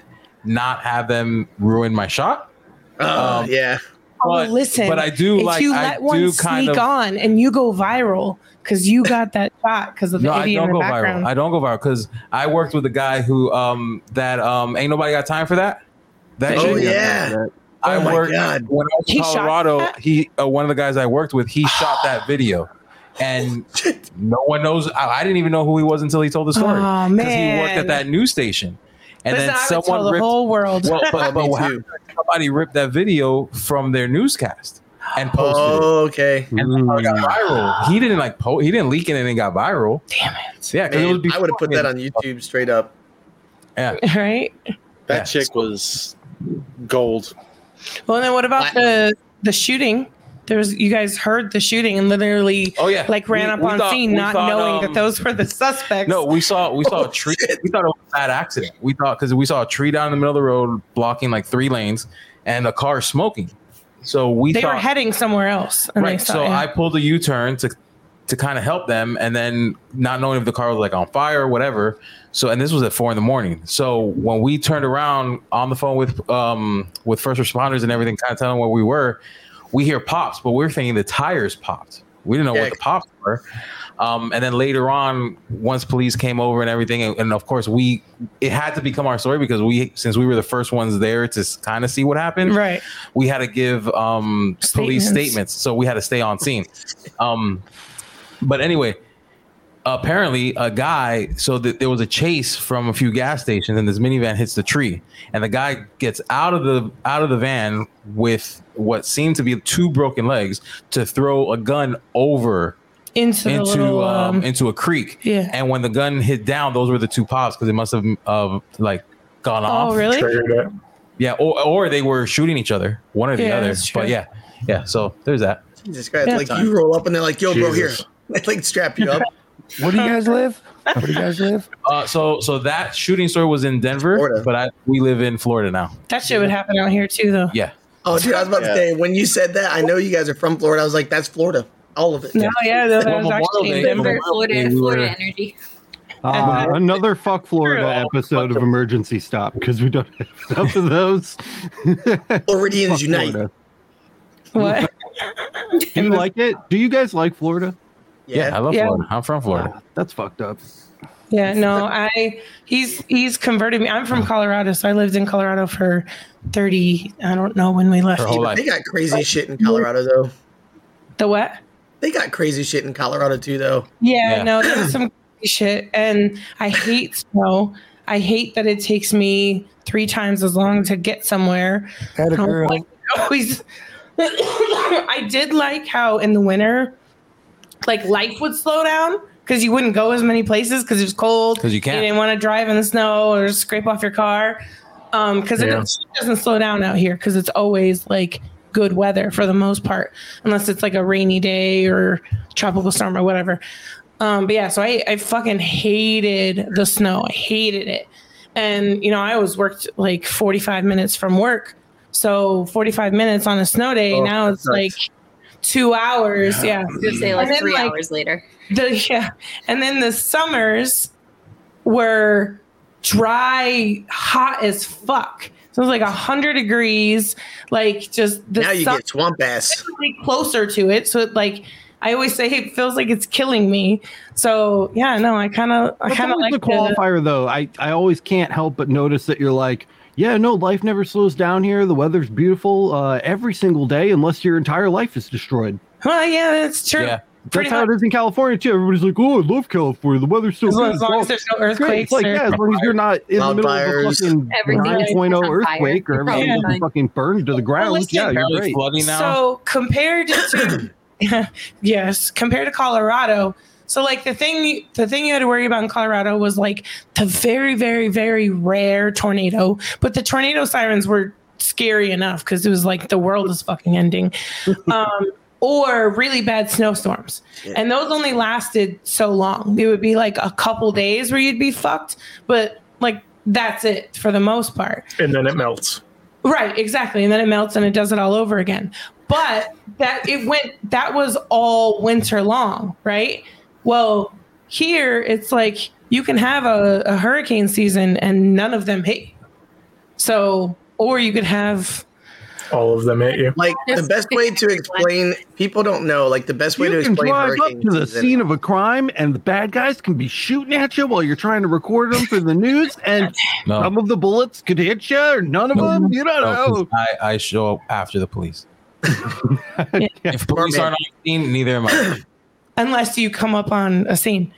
[SPEAKER 9] not have them ruin my shot.
[SPEAKER 1] Uh,
[SPEAKER 9] Um,
[SPEAKER 1] yeah.
[SPEAKER 8] oh,
[SPEAKER 9] But-
[SPEAKER 8] listen.
[SPEAKER 9] but I do
[SPEAKER 8] if
[SPEAKER 9] like
[SPEAKER 8] you
[SPEAKER 9] I
[SPEAKER 8] let one
[SPEAKER 9] do kind
[SPEAKER 8] sneak
[SPEAKER 9] of
[SPEAKER 8] on and you go viral because you got that shot because of the
[SPEAKER 9] no, I
[SPEAKER 8] idiot in
[SPEAKER 9] don't
[SPEAKER 8] the
[SPEAKER 9] go
[SPEAKER 8] background.
[SPEAKER 9] viral. I don't go viral because I worked with a guy who um that um ain't nobody got time for that. That
[SPEAKER 1] Oh
[SPEAKER 9] shit.
[SPEAKER 1] yeah.
[SPEAKER 9] I
[SPEAKER 1] Oh my
[SPEAKER 9] worked
[SPEAKER 1] God.
[SPEAKER 9] when I was in
[SPEAKER 8] He shot
[SPEAKER 9] Colorado.
[SPEAKER 8] that?
[SPEAKER 9] He uh, one of the guys I worked with. He shot that video, and no one knows. I, I didn't even know who he was until he told the story
[SPEAKER 8] Aw,
[SPEAKER 9] he worked
[SPEAKER 8] man.
[SPEAKER 9] at that news station, and
[SPEAKER 8] Listen,
[SPEAKER 9] then
[SPEAKER 8] I would tell
[SPEAKER 9] someone
[SPEAKER 8] the
[SPEAKER 9] ripped.
[SPEAKER 8] whole world.
[SPEAKER 9] well, but, but
[SPEAKER 1] Me
[SPEAKER 9] how-
[SPEAKER 1] too.
[SPEAKER 9] somebody ripped that video from their newscast and posted it.
[SPEAKER 1] Oh, okay.
[SPEAKER 9] And that's how it got viral. He didn't like po- he didn't leak it and it got viral.
[SPEAKER 8] Damn
[SPEAKER 9] it. Yeah, because it was
[SPEAKER 1] Man,
[SPEAKER 9] before
[SPEAKER 1] I would have put that on YouTube straight up.
[SPEAKER 8] right?
[SPEAKER 6] That
[SPEAKER 9] Yeah.
[SPEAKER 6] chick was gold.
[SPEAKER 8] Well, then what about the the shooting? There was you guys heard the shooting and literally
[SPEAKER 9] Oh yeah,
[SPEAKER 8] like ran
[SPEAKER 9] We-
[SPEAKER 8] up
[SPEAKER 9] we
[SPEAKER 8] on
[SPEAKER 9] thought-
[SPEAKER 8] scene,
[SPEAKER 9] we
[SPEAKER 8] not
[SPEAKER 9] thought,
[SPEAKER 8] knowing
[SPEAKER 9] um,
[SPEAKER 8] that those Oh, were the suspects.
[SPEAKER 9] No, we saw we saw a tree. We thought it was a bad accident. We thought because we saw a tree down in the middle of the road blocking like three lanes and a car smoking. So we
[SPEAKER 8] they
[SPEAKER 9] thought,
[SPEAKER 8] were heading somewhere else. And
[SPEAKER 9] right.
[SPEAKER 8] They saw
[SPEAKER 9] So
[SPEAKER 8] him.
[SPEAKER 9] I pulled a U turn to to kind of help them, and then not knowing if the car was like on fire or whatever. So and this was at four in the morning. So when we turned around on the phone with um with first responders and everything, kind of telling where we were, we hear pops, but we are thinking the tires popped. We didn't know
[SPEAKER 1] Yeah.
[SPEAKER 9] what the pops were. Um, and then later on, once police came over and everything, and, and of course we, it had to become our story because we, since we were the first ones there to kind of see what happened,
[SPEAKER 8] right.
[SPEAKER 9] we had to give um,
[SPEAKER 8] Statements.
[SPEAKER 9] police statements, so we had to stay on scene. um, but anyway, apparently a guy. So th- there was a chase from a few gas stations, and this minivan hits the tree, and the guy gets out of the out of the van with what seemed to be two broken legs to throw a gun over
[SPEAKER 8] Into, the
[SPEAKER 9] into
[SPEAKER 8] little,
[SPEAKER 9] um,
[SPEAKER 8] um,
[SPEAKER 9] into a creek.
[SPEAKER 8] yeah.
[SPEAKER 9] And when the gun hit down, those were the two pops because it must have uh, like gone off.
[SPEAKER 8] oh, really?
[SPEAKER 4] Triggered it.
[SPEAKER 9] Yeah, or, or they were shooting each other, one or the
[SPEAKER 8] Yeah,
[SPEAKER 9] other.
[SPEAKER 8] that's true.
[SPEAKER 9] But yeah, yeah. So there's that.
[SPEAKER 1] Jesus Christ.
[SPEAKER 8] Yeah.
[SPEAKER 1] Like you roll up and they're like, yo, bro, here.
[SPEAKER 6] Jesus.
[SPEAKER 1] They like strap you up.
[SPEAKER 5] Where do you guys live? Where do you guys live?
[SPEAKER 9] Uh, so so that shooting story was in Denver,
[SPEAKER 1] Florida.
[SPEAKER 9] but I we live in Florida now.
[SPEAKER 8] That shit would happen out here too, though.
[SPEAKER 9] Yeah,
[SPEAKER 1] Oh, dude, I was about to
[SPEAKER 6] Yeah.
[SPEAKER 1] say when you said that, I know you guys are from Florida. I was like, that's Florida, all of it.
[SPEAKER 8] No, Oh, yeah, no, that
[SPEAKER 9] Well,
[SPEAKER 8] was
[SPEAKER 9] Memorial
[SPEAKER 8] actually
[SPEAKER 9] Day-
[SPEAKER 8] in
[SPEAKER 9] Memorial-
[SPEAKER 8] Denver.
[SPEAKER 2] Denver, Florida,
[SPEAKER 9] we were-
[SPEAKER 2] Florida energy.
[SPEAKER 3] Uh, another fuck Florida episode of Emergency Stop because we don't have enough of those.
[SPEAKER 1] Floridians
[SPEAKER 3] Fuck
[SPEAKER 1] unite.
[SPEAKER 3] Florida.
[SPEAKER 8] What?
[SPEAKER 3] Do you like it? Do you guys like Florida?
[SPEAKER 9] yeah. I
[SPEAKER 1] Yeah,
[SPEAKER 9] love
[SPEAKER 8] Yeah.
[SPEAKER 9] Florida. I'm from Florida.
[SPEAKER 3] Ah, that's fucked up.
[SPEAKER 8] Yeah, no, I he's he's converted me. I'm from Colorado, so I lived in Colorado for 30. I don't know when we left.
[SPEAKER 9] Her whole life.
[SPEAKER 1] they got crazy shit in Colorado though.
[SPEAKER 8] The what?
[SPEAKER 1] They got crazy shit in Colorado too, though.
[SPEAKER 8] Yeah,
[SPEAKER 9] Yeah.
[SPEAKER 8] no, there's some crazy shit, and I hate snow. I hate that it takes me three times as long to get somewhere.
[SPEAKER 5] Had a
[SPEAKER 8] I
[SPEAKER 5] girl.
[SPEAKER 8] always- always- I did like how in the winter, like life would slow down because you wouldn't go as many places because it was cold.
[SPEAKER 9] 'Cause you can't.
[SPEAKER 8] didn't want to drive in the snow or scrape off your car. Um, because it
[SPEAKER 4] Yeah.
[SPEAKER 8] doesn't- it doesn't slow down out here because it's always like good weather for the most part, unless it's like a rainy day or tropical storm or whatever. Um, but yeah, so I, I fucking hated the snow. I hated it. And, you know, I always worked like 45 minutes from work. So 45 minutes on a snow day.
[SPEAKER 1] Oh,
[SPEAKER 8] now it's
[SPEAKER 1] that
[SPEAKER 8] like two hours. Yeah.
[SPEAKER 2] Just say like
[SPEAKER 8] And then,
[SPEAKER 2] three
[SPEAKER 8] like-
[SPEAKER 2] hours later.
[SPEAKER 8] The, yeah. And then the summers were dry, hot as fuck. So it was like 100 degrees. Like just the
[SPEAKER 1] now you
[SPEAKER 8] sun
[SPEAKER 1] get swamp ass.
[SPEAKER 8] really closer to it. So it like I always say it feels like it's killing me. So yeah, no, I kind of I
[SPEAKER 3] That's
[SPEAKER 8] kind of
[SPEAKER 3] always
[SPEAKER 8] like
[SPEAKER 3] the
[SPEAKER 8] the,
[SPEAKER 3] qualifier, though. I, I always can't help but notice that you're like, yeah, no, life never slows down here. The weather's beautiful uh, every single day, unless your entire life is destroyed.
[SPEAKER 8] well, yeah, that's true.
[SPEAKER 9] Yeah,
[SPEAKER 8] Pretty
[SPEAKER 3] That's how it
[SPEAKER 8] much.
[SPEAKER 3] is in California too. Everybody's like, "Oh, I love California. The weather's so
[SPEAKER 8] As long,
[SPEAKER 3] good.
[SPEAKER 8] as, long as
[SPEAKER 3] It's all
[SPEAKER 8] there's no
[SPEAKER 3] great." It's
[SPEAKER 8] earthquakes.
[SPEAKER 3] like,
[SPEAKER 8] or-
[SPEAKER 3] yeah, as long as you're not in the middle of a
[SPEAKER 1] Wildfires.
[SPEAKER 3] fucking
[SPEAKER 2] Everything is
[SPEAKER 3] 9.0
[SPEAKER 2] on fire.
[SPEAKER 3] earthquake or everything
[SPEAKER 8] Yeah.
[SPEAKER 3] doesn't fucking burned to the ground.
[SPEAKER 8] listen,
[SPEAKER 3] yeah, you're
[SPEAKER 9] Apparently
[SPEAKER 3] great.
[SPEAKER 9] flooding now.
[SPEAKER 8] So compared to yes, compared to Colorado, so like the thing the thing you had to worry about in Colorado was like the very very very rare tornado, but the tornado sirens were scary enough because it was like the world is fucking ending. Um, or really bad snowstorms. And those only lasted so long. It would be like a couple days where you'd be fucked, but like that's it for the most part.
[SPEAKER 4] and then it melts.
[SPEAKER 8] Right, exactly. And then it melts and it does it all over again. But that it went that was all winter long, right? Well, here it's like you can have a, a hurricane season and none of them hit you. So or you could have
[SPEAKER 4] All of them hit you.
[SPEAKER 1] Like the best way to explain, people don't know. Like the best way to
[SPEAKER 3] You can
[SPEAKER 1] explain
[SPEAKER 3] drive up
[SPEAKER 1] hurricane
[SPEAKER 3] to the
[SPEAKER 1] season-
[SPEAKER 3] scene of a crime, and the bad guys can be shooting at you while you're trying to record them for the news, and
[SPEAKER 9] no,
[SPEAKER 3] some of the bullets could hit you, or none of
[SPEAKER 9] No.
[SPEAKER 3] them. You don't
[SPEAKER 9] no, 'cause
[SPEAKER 3] know.
[SPEAKER 9] I, I show up after the police. If police
[SPEAKER 1] Smart man.
[SPEAKER 9] aren't on scene, neither am I.
[SPEAKER 8] unless you come up on a scene.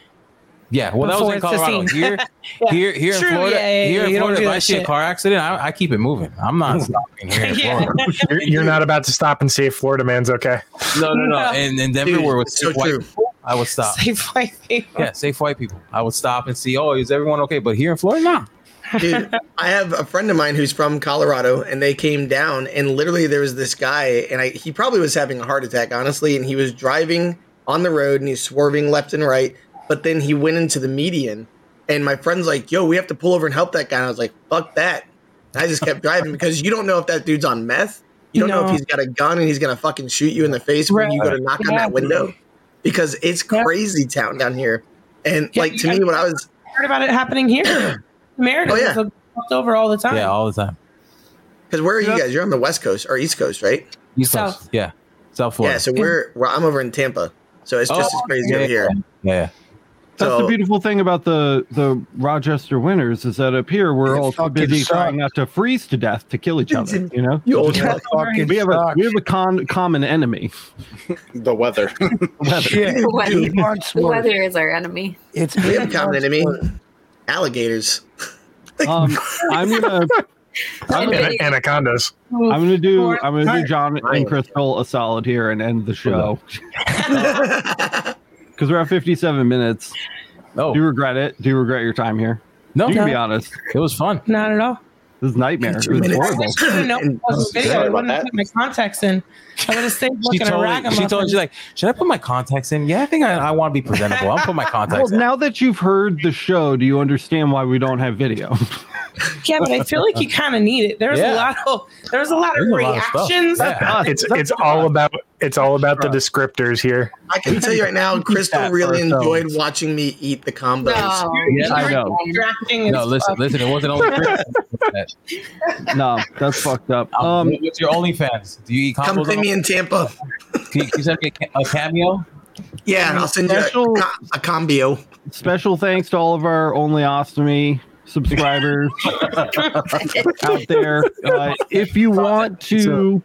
[SPEAKER 9] Yeah, well, that
[SPEAKER 8] Before
[SPEAKER 9] was in
[SPEAKER 8] it's the
[SPEAKER 9] Colorado.
[SPEAKER 8] scene.
[SPEAKER 9] Here,
[SPEAKER 8] Yeah.
[SPEAKER 9] here, here
[SPEAKER 8] True,
[SPEAKER 9] in Florida,
[SPEAKER 8] yeah, yeah,
[SPEAKER 9] here
[SPEAKER 8] yeah, you
[SPEAKER 9] in
[SPEAKER 8] don't
[SPEAKER 9] Florida,
[SPEAKER 8] do
[SPEAKER 9] if
[SPEAKER 8] that
[SPEAKER 9] I see a
[SPEAKER 8] shit.
[SPEAKER 9] car accident, I, I keep it moving. I'm not stopping here. In
[SPEAKER 8] Yeah.
[SPEAKER 9] Florida.
[SPEAKER 4] You're, you're not about to stop and see if Florida man's okay.
[SPEAKER 9] No, no, no.
[SPEAKER 8] No.
[SPEAKER 9] And in Denver,
[SPEAKER 1] Dude,
[SPEAKER 9] where with
[SPEAKER 1] it's so
[SPEAKER 9] safe white
[SPEAKER 1] true.
[SPEAKER 9] people, I would stop.
[SPEAKER 8] Safe I think.
[SPEAKER 9] Yeah, safe white people. I would stop and see. Oh, is everyone okay? But here in Florida, nah.
[SPEAKER 1] Dude, I have a friend of mine who's from Colorado, and they came down, and literally there was this guy, and I, he probably was having a heart attack, honestly, and he was driving on the road and he's swerving left and right, but then he went into the median, and my friend's like, "Yo, we have to pull over and help that guy." And I was like, "Fuck that!" And I just kept driving because you don't know if that dude's on meth, you don't know
[SPEAKER 8] No.
[SPEAKER 1] if he's got a gun and he's gonna fucking shoot you in the face when you go to knock on that
[SPEAKER 8] Exactly.
[SPEAKER 1] window, because it's
[SPEAKER 8] Yeah.
[SPEAKER 1] crazy town down here. And
[SPEAKER 8] Yeah,
[SPEAKER 1] like to
[SPEAKER 8] I-
[SPEAKER 1] me, when I was
[SPEAKER 8] Heard about it happening here. America
[SPEAKER 1] Oh, yeah.
[SPEAKER 8] is fucked over all the time.
[SPEAKER 9] Yeah, all the time.
[SPEAKER 1] Because where are
[SPEAKER 3] Yeah.
[SPEAKER 1] you guys? You're on the West Coast or East Coast, right?
[SPEAKER 9] East
[SPEAKER 8] South.
[SPEAKER 9] Coast. Yeah, South Florida.
[SPEAKER 1] Yeah. So we're well, I'm over in Tampa, so it's just
[SPEAKER 3] Oh,
[SPEAKER 1] as crazy
[SPEAKER 9] yeah,
[SPEAKER 1] over here.
[SPEAKER 9] Yeah, yeah.
[SPEAKER 3] That's
[SPEAKER 1] So-
[SPEAKER 3] the beautiful thing about the the Rochester winters is that up here we're
[SPEAKER 5] It
[SPEAKER 3] all too
[SPEAKER 5] fucking
[SPEAKER 3] busy
[SPEAKER 5] sucks.
[SPEAKER 3] trying not to freeze to death to kill each other. You know,
[SPEAKER 1] You old
[SPEAKER 5] That
[SPEAKER 1] fuck.
[SPEAKER 5] fucking
[SPEAKER 3] we have a
[SPEAKER 5] sucks.
[SPEAKER 3] we have a con, common enemy.
[SPEAKER 6] The weather.
[SPEAKER 5] Shit,
[SPEAKER 2] The weather.
[SPEAKER 5] eight months
[SPEAKER 2] The
[SPEAKER 5] worth.
[SPEAKER 2] weather is our enemy.
[SPEAKER 5] It's
[SPEAKER 1] We have
[SPEAKER 5] eight
[SPEAKER 1] common
[SPEAKER 5] months
[SPEAKER 1] enemy,
[SPEAKER 5] worth.
[SPEAKER 1] alligators.
[SPEAKER 3] Um, I'm gonna I'm gonna
[SPEAKER 4] Ana- anacondas.
[SPEAKER 3] I'm gonna do I'm gonna do John
[SPEAKER 1] Right.
[SPEAKER 3] and Crystal a solid here and end the show because we're at 57 minutes.
[SPEAKER 9] No,
[SPEAKER 3] Do you regret it? Do you regret your time here?
[SPEAKER 9] no,
[SPEAKER 3] You can be
[SPEAKER 8] No.
[SPEAKER 3] honest.
[SPEAKER 9] it was fun.
[SPEAKER 8] Not at all.
[SPEAKER 3] This is nightmare. It
[SPEAKER 1] Two
[SPEAKER 3] was
[SPEAKER 1] minutes.
[SPEAKER 3] horrible.
[SPEAKER 8] I would've known it was a video.
[SPEAKER 6] Sorry
[SPEAKER 8] I
[SPEAKER 6] about
[SPEAKER 8] wouldn't have
[SPEAKER 6] that.
[SPEAKER 8] put my contacts in. I would have stayed
[SPEAKER 9] She
[SPEAKER 8] looking at
[SPEAKER 9] told,
[SPEAKER 8] ragamuffin.
[SPEAKER 9] she told, she's like, should I put my contacts in? Yeah, I think I, I want to be presentable. I'll put my
[SPEAKER 3] Well,
[SPEAKER 9] contacts in.
[SPEAKER 3] now that you've heard the show, do you understand why we don't have video?
[SPEAKER 8] yeah, but I feel like you kind of need it. There's
[SPEAKER 9] Yeah.
[SPEAKER 8] a lot of there's a lot of
[SPEAKER 9] There's a lot of stuff.
[SPEAKER 8] reactions.
[SPEAKER 9] Yeah.
[SPEAKER 4] It's it's all about it's all about the descriptors here.
[SPEAKER 1] I can tell you right now, Crystal
[SPEAKER 3] that
[SPEAKER 1] really
[SPEAKER 3] for ourselves.
[SPEAKER 1] enjoyed watching me eat the combos.
[SPEAKER 2] No.
[SPEAKER 3] Yeah, I know.
[SPEAKER 8] Distracting
[SPEAKER 9] No,
[SPEAKER 8] as
[SPEAKER 9] listen,
[SPEAKER 8] fuck.
[SPEAKER 9] listen. It wasn't only. Chris.
[SPEAKER 3] no, that's fucked up.
[SPEAKER 9] Um,
[SPEAKER 3] Um,
[SPEAKER 9] what's your OnlyFans? Do you eat
[SPEAKER 1] Come
[SPEAKER 9] combos?
[SPEAKER 1] see
[SPEAKER 9] on-
[SPEAKER 1] me in Tampa.
[SPEAKER 9] Can you, can you send me a ca- a cameo?
[SPEAKER 1] Yeah, and I'll send you a,
[SPEAKER 3] Special-
[SPEAKER 1] co- a combio.
[SPEAKER 3] special thanks to all of our onlyostomy subscribers out there. Uh, if you want to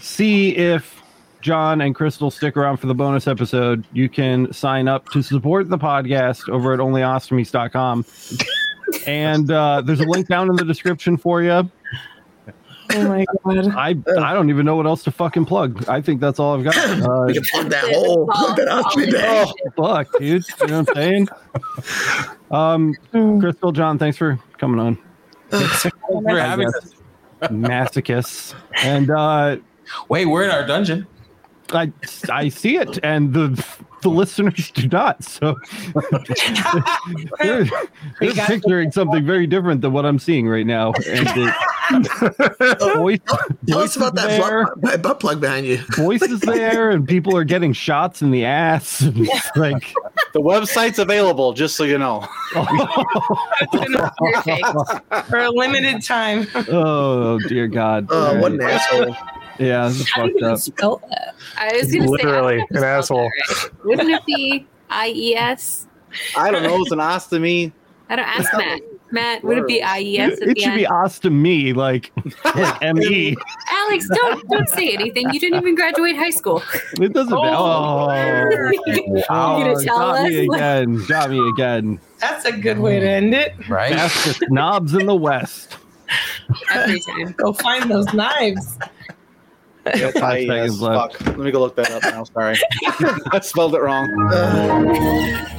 [SPEAKER 3] see if John and Crystal stick around for the bonus episode, you can sign up to support the podcast over at onlyostomies.com. And uh, there's a link down in the description for you.
[SPEAKER 8] Oh my god.
[SPEAKER 3] I I don't even know what else to fucking plug. I think that's all I've got. Uh,
[SPEAKER 1] We can plug that hole. Plug that out
[SPEAKER 2] Solid.
[SPEAKER 3] Oh,
[SPEAKER 1] today.
[SPEAKER 3] fuck, dude. You know what I'm saying? Um,
[SPEAKER 1] Mm.
[SPEAKER 3] Crystal, John, thanks for coming on.
[SPEAKER 9] We're having-
[SPEAKER 3] Masochists. And uh,
[SPEAKER 9] Wait, we're in our dungeon.
[SPEAKER 3] I I see it, and the the listeners do not. So they're, they're
[SPEAKER 8] got-
[SPEAKER 3] picturing something very different than what I'm seeing right now. And the voice,
[SPEAKER 1] Tell us about that
[SPEAKER 3] There.
[SPEAKER 1] butt, my butt plug behind you.
[SPEAKER 3] voices there, and people are getting shots in the ass. and it's like,
[SPEAKER 6] The website's available, just so you know.
[SPEAKER 3] oh,
[SPEAKER 2] Perfect.
[SPEAKER 8] For a limited time.
[SPEAKER 3] oh dear God!
[SPEAKER 1] Oh, what an
[SPEAKER 3] Alright.
[SPEAKER 1] asshole.
[SPEAKER 3] Yeah, this is
[SPEAKER 8] How do you
[SPEAKER 3] fucked
[SPEAKER 8] even
[SPEAKER 3] up.
[SPEAKER 8] spell that?
[SPEAKER 2] I was gonna
[SPEAKER 4] Literally,
[SPEAKER 2] say, I don't know if
[SPEAKER 4] an
[SPEAKER 2] it's spelled that right. Wouldn't it be I E S?
[SPEAKER 6] I don't know. It's an ostomy.
[SPEAKER 2] I don't ask that. Matt, would it be IES? At
[SPEAKER 3] it
[SPEAKER 2] the
[SPEAKER 3] should
[SPEAKER 2] end?
[SPEAKER 3] be Austin me, like M E.
[SPEAKER 2] Alex, don't don't say anything. You didn't even graduate high school.
[SPEAKER 3] It doesn't. Oh, oh,
[SPEAKER 2] You gonna tell
[SPEAKER 3] got me
[SPEAKER 2] us?
[SPEAKER 3] again. Got me again.
[SPEAKER 8] That's a good way to end it.
[SPEAKER 9] right?
[SPEAKER 3] Fastest knobs in the West.
[SPEAKER 2] Every time.
[SPEAKER 8] Go find those knives.
[SPEAKER 6] Yeah,
[SPEAKER 3] Five
[SPEAKER 6] IES.
[SPEAKER 3] seconds left.
[SPEAKER 6] Fuck. Let me go look that up now. Sorry. I spelled it wrong.